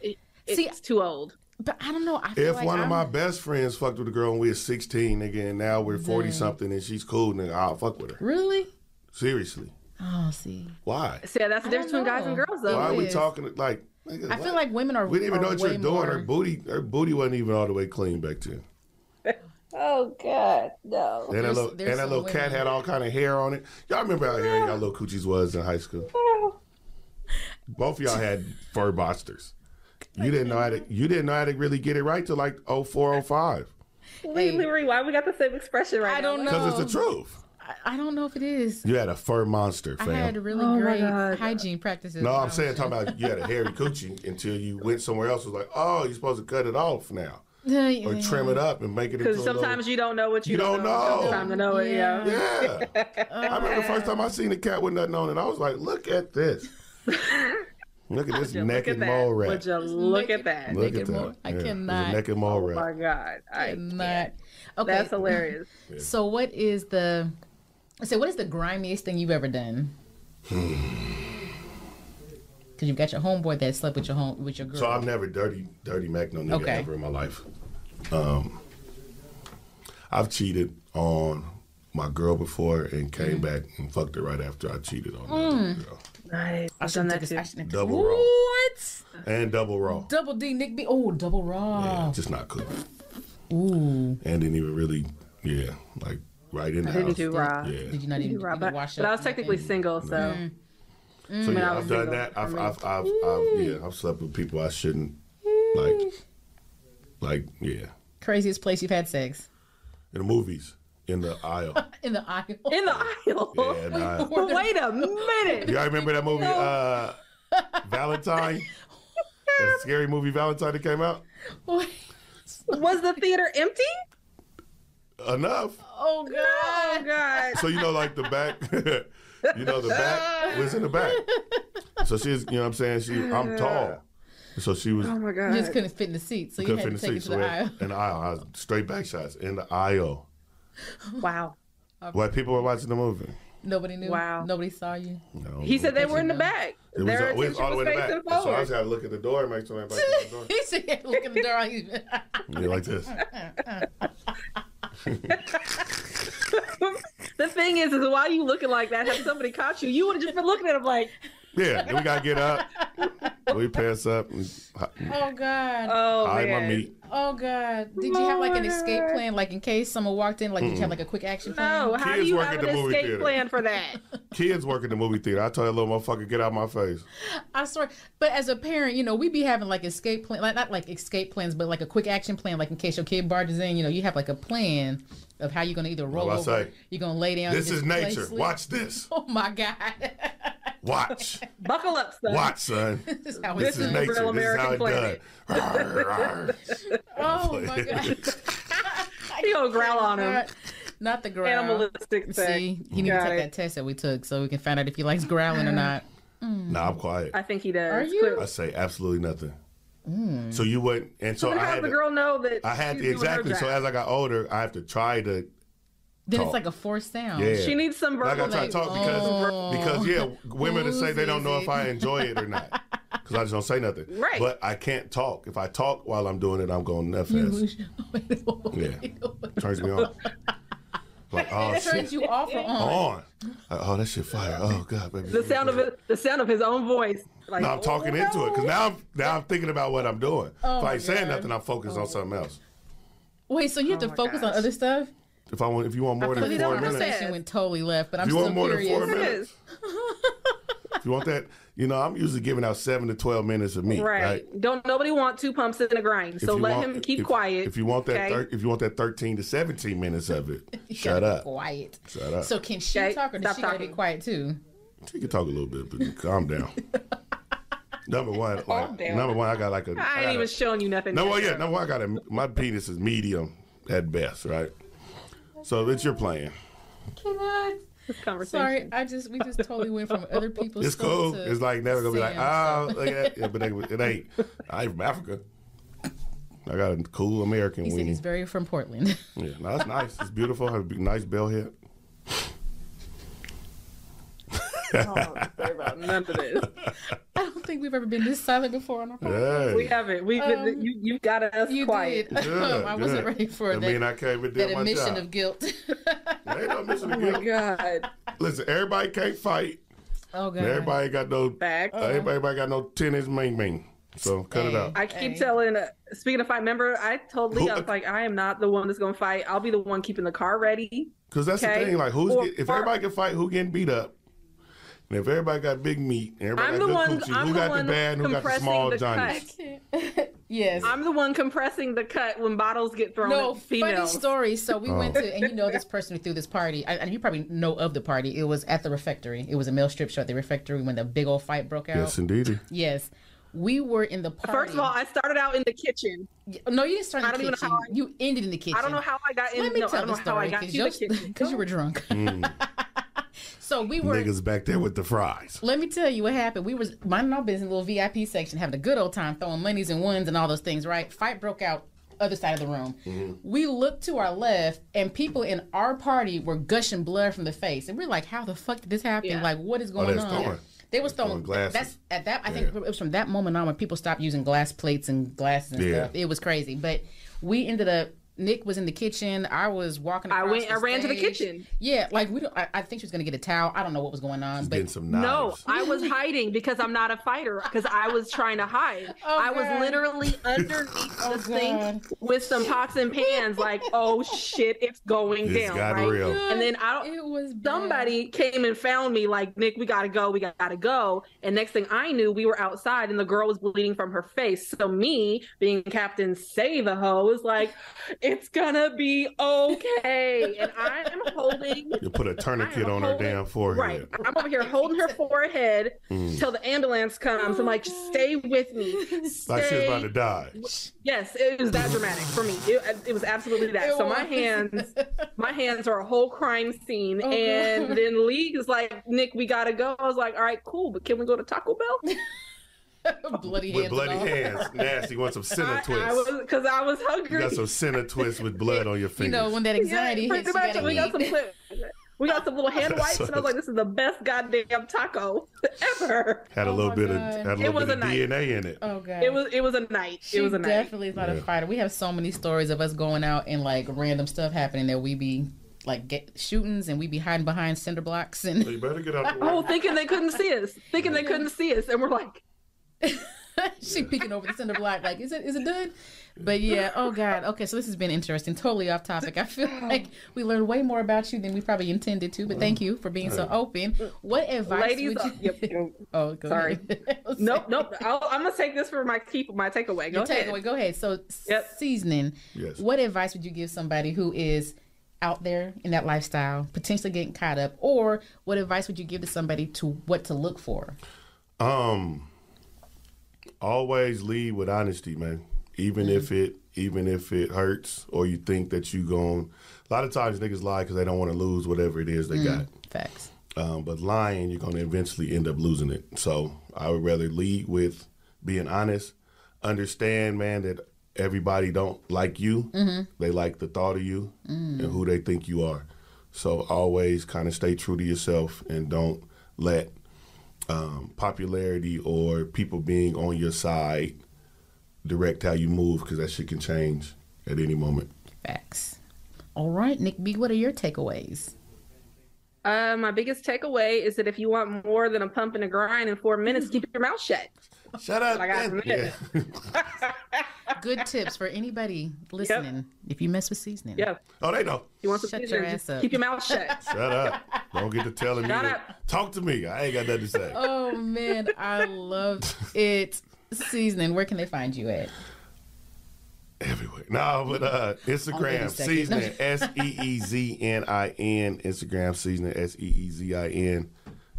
Speaker 3: is.
Speaker 4: It's
Speaker 1: See-
Speaker 4: too old.
Speaker 1: But I don't know. I feel
Speaker 3: If
Speaker 1: like
Speaker 3: one
Speaker 1: I'm,
Speaker 3: of my best friends fucked with a girl when we were 16, nigga, and now we're 40 something and she's cool, nigga, I'll fuck with her.
Speaker 1: really,
Speaker 3: Seriously.
Speaker 1: oh see,
Speaker 3: Why?
Speaker 4: See, that's the
Speaker 1: I
Speaker 4: difference
Speaker 1: don't
Speaker 4: between guys and
Speaker 1: know.
Speaker 4: girls,
Speaker 3: Why
Speaker 4: though.
Speaker 3: are we
Speaker 1: is.
Speaker 3: talking like? nigga,
Speaker 1: I
Speaker 3: what?
Speaker 1: feel like women are.
Speaker 3: we didn't even know
Speaker 1: are
Speaker 3: what you were
Speaker 1: way
Speaker 3: doing.
Speaker 1: More,
Speaker 3: Her booty, her booty wasn't even all the way clean back then.
Speaker 4: Oh God, no.
Speaker 3: And that
Speaker 1: There's-
Speaker 3: little,
Speaker 1: there's
Speaker 3: and that
Speaker 1: some
Speaker 3: little cat
Speaker 1: women-
Speaker 3: had all kind of hair on it. Y'all remember how hairy y'all little coochies was in high school? Both of y'all had fur busters. You didn't know how to. You didn't know how to really get it right till like 04, 05.
Speaker 4: Wait, Leroy, why we got the same expression right
Speaker 1: I
Speaker 4: now?
Speaker 1: don't
Speaker 4: Like,
Speaker 1: know.
Speaker 3: Because it's the truth.
Speaker 1: I- I don't know if it is.
Speaker 3: You had a fur monster,
Speaker 1: I
Speaker 3: fam.
Speaker 1: had really
Speaker 4: Oh my
Speaker 1: great
Speaker 4: God.
Speaker 1: hygiene practices.
Speaker 3: no,
Speaker 1: when I
Speaker 3: I'm
Speaker 1: was
Speaker 3: saying
Speaker 1: young.
Speaker 3: talking about you had a hairy coochie until you went somewhere else. It was like, oh, you're supposed to cut it off now
Speaker 1: Yeah,
Speaker 3: or
Speaker 1: yeah.
Speaker 3: trim it up and make it.
Speaker 4: Because
Speaker 3: into a little-
Speaker 4: sometimes you don't know what you,
Speaker 3: You
Speaker 4: don't,
Speaker 3: don't
Speaker 4: know.
Speaker 3: know.
Speaker 4: Sometimes to know it,
Speaker 1: Yeah.
Speaker 4: yeah.
Speaker 3: Yeah. I remember the first time I seen a cat with nothing on, and I was like, look at this. look at this
Speaker 4: Would you look
Speaker 3: naked
Speaker 4: at
Speaker 3: mole
Speaker 4: that?
Speaker 3: rat.
Speaker 4: Would you look at that?
Speaker 3: Look at
Speaker 1: Naked mole-
Speaker 3: that.
Speaker 1: I
Speaker 3: it was a
Speaker 1: cannot.
Speaker 3: naked mole
Speaker 4: Oh
Speaker 3: rat.
Speaker 4: my God, I
Speaker 1: I'm
Speaker 4: can't.
Speaker 1: not. Okay,
Speaker 4: That's hilarious.
Speaker 1: so what is the? So what is the grimiest thing you've ever done?
Speaker 3: Hmm.
Speaker 1: Because you've got your homeboy that slept with your home with your girl.
Speaker 3: So I've never dirty, dirty Mac no nigga
Speaker 1: Okay.
Speaker 3: ever in my life. Um, I've cheated on my girl before and
Speaker 1: Mm.
Speaker 3: came back and fucked her right after I cheated on another girl.
Speaker 4: Nice.
Speaker 1: I
Speaker 4: I've
Speaker 1: should
Speaker 4: done
Speaker 1: have
Speaker 4: that
Speaker 1: took
Speaker 4: too.
Speaker 1: a shouldn't have-
Speaker 3: Double raw.
Speaker 1: What?
Speaker 3: And double raw.
Speaker 1: Double D, Nick B. Oh, double
Speaker 3: Yeah,
Speaker 1: raw.
Speaker 3: just not cool.
Speaker 1: Ooh.
Speaker 3: And didn't even really, yeah, like right in the
Speaker 4: Didn't
Speaker 3: house.
Speaker 4: do raw.
Speaker 3: Yeah.
Speaker 1: Did you not
Speaker 4: Didn't
Speaker 1: even
Speaker 4: do raw,
Speaker 1: you didn't
Speaker 4: but,
Speaker 1: wash
Speaker 4: but
Speaker 1: up?
Speaker 4: I was technically
Speaker 1: nothing?
Speaker 4: single, so
Speaker 3: So yeah,
Speaker 4: I Mm. was
Speaker 3: I've done
Speaker 4: single
Speaker 3: that.
Speaker 4: for
Speaker 3: I've,
Speaker 4: me.
Speaker 3: I've, I've, I've, yeah, I've slept with people I shouldn't,
Speaker 4: Mm.
Speaker 3: like, like, yeah,
Speaker 1: Craziest place you've had sex
Speaker 3: in the movies, in the aisle.
Speaker 1: in the aisle.
Speaker 4: in the aisle.
Speaker 3: Yeah, in the aisle.
Speaker 1: Were there-
Speaker 4: Wait a minute.
Speaker 3: Do y'all remember that movie, uh, Valentine? That scary movie Valentine that came out?
Speaker 4: Was the theater empty?
Speaker 3: Enough.
Speaker 1: oh
Speaker 4: Oh
Speaker 1: God.
Speaker 4: God.
Speaker 3: So you know, like the back, you know, the back was in the back. So she's, you know, what I'm saying she, I'm tall, so she was
Speaker 4: Oh my God.
Speaker 1: You just couldn't fit in the seat, so you
Speaker 3: couldn't
Speaker 1: had
Speaker 3: fit in
Speaker 1: to
Speaker 3: the
Speaker 1: take it to the
Speaker 3: seat, so we-
Speaker 1: aisle.
Speaker 3: in the aisle, I was straight back shots in the aisle.
Speaker 4: Wow.
Speaker 3: While people were watching the movie,
Speaker 1: Nobody knew.
Speaker 4: Wow.
Speaker 1: Nobody saw you.
Speaker 3: No.
Speaker 4: He said they were in the
Speaker 1: know.
Speaker 4: back.
Speaker 3: It was,
Speaker 4: Their
Speaker 3: it was
Speaker 4: attention
Speaker 3: all the way
Speaker 4: was
Speaker 3: in the back.
Speaker 4: facing
Speaker 3: And So I
Speaker 4: forward.
Speaker 3: just had to look at the door and make sure everybody closed the door.
Speaker 1: he said, "Look at the door." He-
Speaker 3: Yeah, like this.
Speaker 4: the thing is, is why you looking like that? Have somebody caught you? You would have just been looking at him like,
Speaker 3: Yeah, then we gotta get up. We pass up. We hi-
Speaker 1: oh God.
Speaker 4: oh
Speaker 3: hide
Speaker 4: man.
Speaker 3: my meat.
Speaker 1: Oh God. Did you have like an
Speaker 4: Lord.
Speaker 1: escape plan, like in case someone walked in? Like did you have like a quick action plan?
Speaker 4: No, how do
Speaker 3: Kids
Speaker 4: you
Speaker 3: work
Speaker 4: have
Speaker 3: at
Speaker 4: an
Speaker 3: the movie
Speaker 4: escape
Speaker 3: theater.
Speaker 4: plan for that?
Speaker 3: Kids work in the movie theater. I told that little motherfucker, get out my face.
Speaker 1: I swear. But as a parent, you know, we be having like escape plan, like not like escape plans, but like a quick action plan, like in case your kid barges in. You know, you have like a plan of how you're gonna either roll
Speaker 3: Well, I
Speaker 1: over,
Speaker 3: say,
Speaker 1: you're gonna lay down. and
Speaker 3: This is
Speaker 1: just play
Speaker 3: nature.
Speaker 1: sleep.
Speaker 3: Watch this.
Speaker 1: Oh my God.
Speaker 3: Watch.
Speaker 4: Buckle up, son.
Speaker 3: Watch, son.
Speaker 1: this is how
Speaker 3: This
Speaker 1: it's
Speaker 3: is
Speaker 1: done.
Speaker 3: nature.
Speaker 4: real
Speaker 3: This is how
Speaker 4: American
Speaker 3: it done. Rawr, rawr.
Speaker 1: Oh my God.
Speaker 4: He gonna growl on him.
Speaker 1: Not- Not the growl.
Speaker 4: Animalistic thing.
Speaker 1: See, he needs to
Speaker 4: Got
Speaker 1: take
Speaker 4: it.
Speaker 1: that test that we took so we can find out if he likes growling or not.
Speaker 3: Nah, I'm quiet.
Speaker 4: I think he does.
Speaker 1: Are you?
Speaker 3: I say absolutely nothing. So you wouldn't, and so
Speaker 4: Mm. So
Speaker 3: I
Speaker 4: then how
Speaker 3: had
Speaker 4: does the
Speaker 3: to,
Speaker 4: girl know that?
Speaker 3: I
Speaker 4: she's
Speaker 3: had to,
Speaker 4: doing her
Speaker 3: exactly. So
Speaker 4: job?
Speaker 3: as I got older, I have to try to
Speaker 1: Then
Speaker 3: Talk.
Speaker 1: it's like a forced sound.
Speaker 3: Yeah.
Speaker 4: she needs some
Speaker 3: Like I
Speaker 4: verbal.
Speaker 3: try to talk because
Speaker 1: Oh.
Speaker 3: because yeah, women that say they don't know if I
Speaker 1: Who's
Speaker 3: enjoy it or not because I just don't say nothing.
Speaker 4: Right.
Speaker 3: But I can't talk. If I talk while I'm doing it, I'm going nuts.
Speaker 4: Mm-hmm.
Speaker 1: You-
Speaker 3: Yeah. Turns me on. Like oh
Speaker 1: Turns
Speaker 3: shit,
Speaker 1: you off or on.
Speaker 3: on. Like, oh that shit fire. Oh god, baby.
Speaker 4: the sound of it, the sound of his own voice. Like
Speaker 3: Now I'm talking
Speaker 4: "Oh,
Speaker 3: into it because now I'm now I'm thinking about what I'm doing.
Speaker 1: Oh,
Speaker 3: if I
Speaker 1: my
Speaker 3: ain't saying
Speaker 1: God.
Speaker 3: nothing, I'm focused on something else.
Speaker 1: Wait, so you have
Speaker 4: Oh
Speaker 1: to
Speaker 4: my
Speaker 1: focus on
Speaker 4: gosh.
Speaker 1: other stuff?
Speaker 3: If I want, if you want more
Speaker 1: Because
Speaker 3: than
Speaker 4: we don't
Speaker 3: four
Speaker 1: the
Speaker 3: minutes,
Speaker 4: understand.
Speaker 1: conversation went totally left, but I'm
Speaker 3: if you
Speaker 1: still
Speaker 3: want more than
Speaker 1: curious.
Speaker 3: four
Speaker 4: Yes.
Speaker 3: minutes, if you want that, you know, I'm usually giving out seven to twelve minutes of me.
Speaker 4: Right. Don't nobody want two pumps and a grind.
Speaker 3: If
Speaker 4: So
Speaker 3: you
Speaker 4: let
Speaker 3: want-
Speaker 4: him keep
Speaker 3: if-
Speaker 4: quiet.
Speaker 3: If you want that,
Speaker 4: okay?
Speaker 3: thir- if you want that thirteen to seventeen minutes of it,
Speaker 1: You gotta
Speaker 3: shut
Speaker 1: be
Speaker 3: up.
Speaker 1: Quiet.
Speaker 3: Shut up.
Speaker 1: So can she
Speaker 4: Okay,
Speaker 1: talk or does
Speaker 4: stop
Speaker 1: she gotta be
Speaker 4: talking.
Speaker 1: quiet too?
Speaker 3: you can talk a little bit, but calm down. number one, like,
Speaker 4: Calm down.
Speaker 3: number one, I got like a.
Speaker 4: I
Speaker 3: got
Speaker 4: ain't
Speaker 3: a-
Speaker 4: even showing you nothing.
Speaker 3: Number
Speaker 4: yet,
Speaker 3: one, yeah,
Speaker 4: so-
Speaker 3: number one, I got a. My penis is medium. at best, right? So it's your plan.
Speaker 4: This conversation.
Speaker 1: Sorry, I just we just totally went from other people's.
Speaker 3: It's
Speaker 1: stuff
Speaker 3: cool.
Speaker 1: to
Speaker 3: It's like never gonna be like,
Speaker 1: Sam's
Speaker 3: oh, look at that. Yeah, but they- it ain't. I ain't from Africa. I got a cool American
Speaker 1: He said
Speaker 3: weenie.
Speaker 1: he's very from Portland.
Speaker 3: Yeah, no, that's nice. It's beautiful. Has a big- nice bell head.
Speaker 1: Oh.
Speaker 4: Sorry about none of this.
Speaker 1: I don't think we've ever been this silent before on our podcast.
Speaker 3: Hey.
Speaker 4: We haven't. We
Speaker 1: Um,
Speaker 4: you you got us
Speaker 1: You
Speaker 4: quiet.
Speaker 1: did.
Speaker 3: Good,
Speaker 1: I wasn't
Speaker 3: good.
Speaker 1: ready for
Speaker 3: I
Speaker 1: that.
Speaker 3: mean, I came
Speaker 1: that
Speaker 3: and did my
Speaker 1: admission
Speaker 3: job.
Speaker 1: of guilt.
Speaker 3: Ain't no mission of
Speaker 4: Oh my
Speaker 3: guilt.
Speaker 4: god.
Speaker 3: Listen, everybody can't fight.
Speaker 1: oh god.
Speaker 3: Everybody ain't got no.
Speaker 4: Back.
Speaker 3: Everybody ain't got no tennis main main. So cut it
Speaker 1: Hey.
Speaker 3: out.
Speaker 4: I keep
Speaker 1: Hey.
Speaker 4: telling. Uh, speaking of fight, remember I told
Speaker 3: Who-
Speaker 4: Leah, I was like, I am not the one that's gonna fight. I'll be the one keeping the car ready.
Speaker 3: Because that's
Speaker 4: Okay.
Speaker 3: the thing. Like, who's
Speaker 4: Or-
Speaker 3: get, if everybody can fight, who getting beat up? And if everybody got big meat, and everybody
Speaker 4: I'm
Speaker 3: got
Speaker 4: the
Speaker 3: good
Speaker 4: one.
Speaker 3: coochie,
Speaker 4: I'm
Speaker 3: who
Speaker 4: the
Speaker 3: got
Speaker 4: one
Speaker 3: the bad, who got the
Speaker 4: compressing
Speaker 3: small
Speaker 4: the
Speaker 3: giants?
Speaker 4: cut.
Speaker 1: yes.
Speaker 4: I'm the one compressing the cut when bottles get thrown
Speaker 1: no
Speaker 4: at females.
Speaker 1: funny story. So we
Speaker 3: Oh.
Speaker 1: went to, and you know this person who threw this party. I, and you probably know of the party. It was at the refectory. It was a male strip show at the refectory when the big old fight broke out.
Speaker 3: Yes, indeedy.
Speaker 1: Yes. We were in the party.
Speaker 4: First of all, I started out in the kitchen.
Speaker 1: no, you didn't start in
Speaker 4: I
Speaker 1: the
Speaker 4: don't even know
Speaker 1: kitchen.
Speaker 4: how I-
Speaker 1: you ended in the kitchen.
Speaker 4: I don't know how I got in.
Speaker 1: Let me
Speaker 4: no, I
Speaker 1: tell
Speaker 4: don't
Speaker 1: the
Speaker 4: know how I
Speaker 1: story
Speaker 4: got to the kitchen.
Speaker 1: because you were drunk. so we were.
Speaker 3: Mm. Niggas back there with the fries.
Speaker 1: Let me tell you what happened. We was minding our business, little VIP section, having a good old time, throwing monies and ones and all those things. Right? Fight broke out other side of the room.
Speaker 3: Mm-hmm.
Speaker 1: We looked to our left, and people in our party were gushing blood from the face, and we're like, "How the fuck did this happen?
Speaker 4: Yeah.
Speaker 1: Like, what is going
Speaker 3: Oh, was
Speaker 1: on?"
Speaker 3: throwing.
Speaker 1: They was
Speaker 3: throwing
Speaker 1: throwing
Speaker 3: glasses.
Speaker 1: That's at that. I think it was from that moment on when people stopped using glass plates and glasses and
Speaker 3: Yeah.
Speaker 1: stuff. It was crazy, but we ended up. Nick was in the kitchen. I was walking.
Speaker 4: I
Speaker 1: across
Speaker 4: went.
Speaker 1: the
Speaker 4: I ran to the
Speaker 1: stage.
Speaker 4: kitchen.
Speaker 1: Yeah, like we don't. I, I think she was gonna get a towel. I don't know what was going on, but
Speaker 3: Getting some knives.
Speaker 4: No, I was hiding because I'm not a fighter. Because I was trying to hide.
Speaker 1: Oh,
Speaker 4: I was
Speaker 1: God. Oh,
Speaker 4: literally underneath the
Speaker 1: God.
Speaker 4: sink with some pots and pans. Like, oh shit, it's going
Speaker 3: This
Speaker 4: down.
Speaker 3: got
Speaker 4: right?
Speaker 3: real.
Speaker 4: And then I don't.
Speaker 1: It was bad.
Speaker 4: Somebody came and found me. Like, Nick, we gotta go. We gotta go. And next thing I knew, we were outside, and the girl was bleeding from her face. So me, being Captain Save a Ho, was like, it's gonna be okay. And I am holding
Speaker 3: You put a tourniquet
Speaker 4: I am
Speaker 3: on her
Speaker 4: holding-
Speaker 3: damn forehead. Mm.
Speaker 4: Right. I'm over here holding her forehead till the ambulance comes. I'm like, just stay with me.
Speaker 3: Like she's
Speaker 4: Stay-
Speaker 3: about to die.
Speaker 4: Yes, it was that dramatic for me. It, it was absolutely that.
Speaker 1: It
Speaker 4: so my
Speaker 1: was.
Speaker 4: hands, my hands are a whole crime scene.
Speaker 1: Oh,
Speaker 4: and
Speaker 1: God.
Speaker 4: then League is like, Nick, we gotta go. I was like, all right, cool, but can we go to Taco Bell?
Speaker 1: bloody
Speaker 3: With
Speaker 1: hands. and all.
Speaker 3: bloody hands. Nasty. You want some
Speaker 4: I,
Speaker 3: center
Speaker 4: I
Speaker 3: twists.
Speaker 4: was because I was
Speaker 3: You
Speaker 4: hungry.
Speaker 3: got some center twists with blood on your
Speaker 1: You
Speaker 3: fingers.
Speaker 1: know when that
Speaker 4: Yeah,
Speaker 1: anxiety hits,
Speaker 4: pretty
Speaker 1: you
Speaker 4: much.
Speaker 1: gotta
Speaker 4: we got some
Speaker 1: eat.
Speaker 4: clips. We got some little hand wipes, and I was like, this is the best goddamn taco ever.
Speaker 3: had a
Speaker 1: Oh
Speaker 3: little
Speaker 1: my
Speaker 3: bit of
Speaker 1: God.
Speaker 3: had a
Speaker 4: It
Speaker 3: little
Speaker 4: was
Speaker 3: bit of
Speaker 4: a knife.
Speaker 3: DNA in it.
Speaker 1: Oh god.
Speaker 4: It was it was a night.
Speaker 1: She
Speaker 4: it was a night.
Speaker 1: definitely is not
Speaker 3: Yeah.
Speaker 1: a fighter. We have so many stories of us going out and like random stuff happening that we be like get shootings and we be hiding behind cinder blocks and
Speaker 3: You better get out the
Speaker 4: Oh,
Speaker 3: way.
Speaker 4: thinking they couldn't see us, thinking they couldn't see us, and we're like,
Speaker 1: she peeking over the cinder block like is it is it done? But yeah, oh god. Okay, so this has been interesting. Totally off topic. I feel like we learned way more about you than we probably intended to. But
Speaker 3: Mm-hmm.
Speaker 1: thank you for being so open. What advice
Speaker 4: ladies,
Speaker 1: would you?
Speaker 4: yep, yep.
Speaker 1: Oh, go
Speaker 4: Sorry.
Speaker 1: ahead.
Speaker 4: nope, nope. I'll, I'm gonna take this for my keep my takeaway.
Speaker 1: Your
Speaker 4: Go ahead.
Speaker 1: takeaway. Go ahead. So
Speaker 4: Yep.
Speaker 1: seasoning.
Speaker 3: Yes.
Speaker 1: What advice would you give somebody who is out there in that lifestyle, potentially getting caught up, or what advice would you give to somebody to what to look for?
Speaker 3: Um, always lead with honesty, man. Even if it, even if it hurts, or you think that you going. A lot of times niggas lie because they don't want to lose whatever it is they got.
Speaker 1: Facts.
Speaker 3: Um, but lying, you're gonna eventually end up losing it. So I would rather lead with being honest. Understand, man, that everybody don't like you. They like the thought of you and who they think you are. So always kind of stay true to yourself and don't let um, popularity or people being on your side direct how you move because that shit can change at any moment.
Speaker 1: Facts. All right, Nick B, what are your takeaways?
Speaker 4: Uh, my biggest takeaway is that if you want more than a pump and a grind in four minutes, keep your mouth shut.
Speaker 3: Shut up.
Speaker 4: I got
Speaker 3: Yeah.
Speaker 1: Good tips for anybody listening. If you mess with seasoning,
Speaker 4: Yeah,
Speaker 3: Oh, they know.
Speaker 4: you want some
Speaker 1: Shut your
Speaker 4: seasoning,
Speaker 1: ass
Speaker 4: just
Speaker 1: up.
Speaker 4: Keep your mouth shut.
Speaker 3: Shut up. Don't get to telling me.
Speaker 4: Shut
Speaker 3: to-
Speaker 4: up.
Speaker 3: Talk to me. I ain't got nothing to say.
Speaker 1: Oh man, I love it. Seasoning. Where can they find you at?
Speaker 3: Everywhere. No, but uh,
Speaker 1: I'll
Speaker 3: Instagram,
Speaker 1: give you a second.
Speaker 3: seasoning, S E E Z N I N. Instagram, seasoning, S E E Z I N.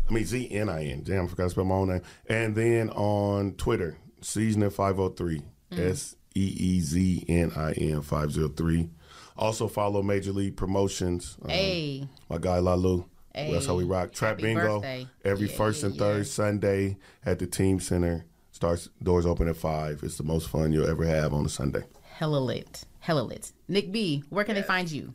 Speaker 3: I mean, Z N I N.
Speaker 1: Mm.
Speaker 3: Damn, I forgot to spell my own name. And then on Twitter, seasoning503, S E E Z N I N 503. Also follow Major League Promotions. Um,
Speaker 1: Hey.
Speaker 3: My guy Lalu. That's how we
Speaker 1: Hey.
Speaker 3: rock. Trap
Speaker 1: Happy
Speaker 3: Bingo
Speaker 1: birthday.
Speaker 3: every
Speaker 1: Yeah,
Speaker 3: first and
Speaker 1: yeah.
Speaker 3: third Sunday at the Team Center. Starts doors open at five. It's the most fun you'll ever have on a Sunday.
Speaker 1: Hella lit. Hella lit. Nick B, where can they find you?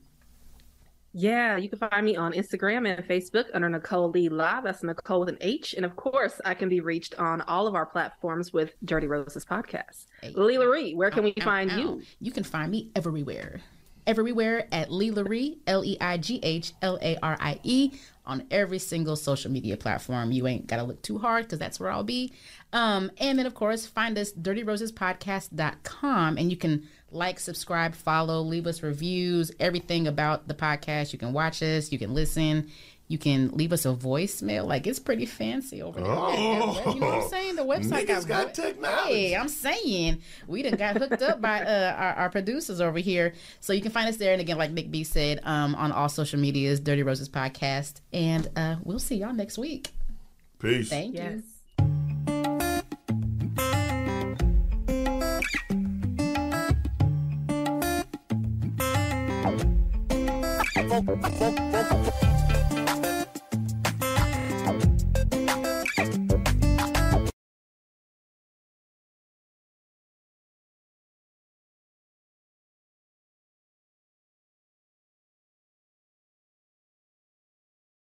Speaker 4: Yeah, you can find me on Instagram and Facebook under Nicole Lee La. That's Nicole with an H. And of course, I can be reached on all of our platforms with Dirty Roses Podcast.
Speaker 1: Hey.
Speaker 4: Leela Ree, where can we
Speaker 1: Ow,
Speaker 4: find
Speaker 1: ow.
Speaker 4: you?
Speaker 1: You can find me everywhere. Everywhere at Leelaree, L E I G H L A R I E, on every single social media platform. You ain't got to look too hard because that's where I'll be. Um, and then, of course, find us dirtyrosespodcast.com and you can like, subscribe, follow, leave us reviews, everything about the podcast. You can watch us, you can listen, you can leave us a voicemail. Like, it's pretty fancy over there.
Speaker 3: Oh.
Speaker 1: You know what I'm saying? The website
Speaker 3: Niggas got
Speaker 1: vo-
Speaker 3: technology.
Speaker 1: Hey, I'm saying we done got hooked up by uh, our, our producers over here. So you can find us there. And again, like Nick B said, um, on all social medias, Dirty Roses Podcast. And uh, we'll see y'all next week.
Speaker 3: Peace.
Speaker 1: Thank you.
Speaker 4: Yes.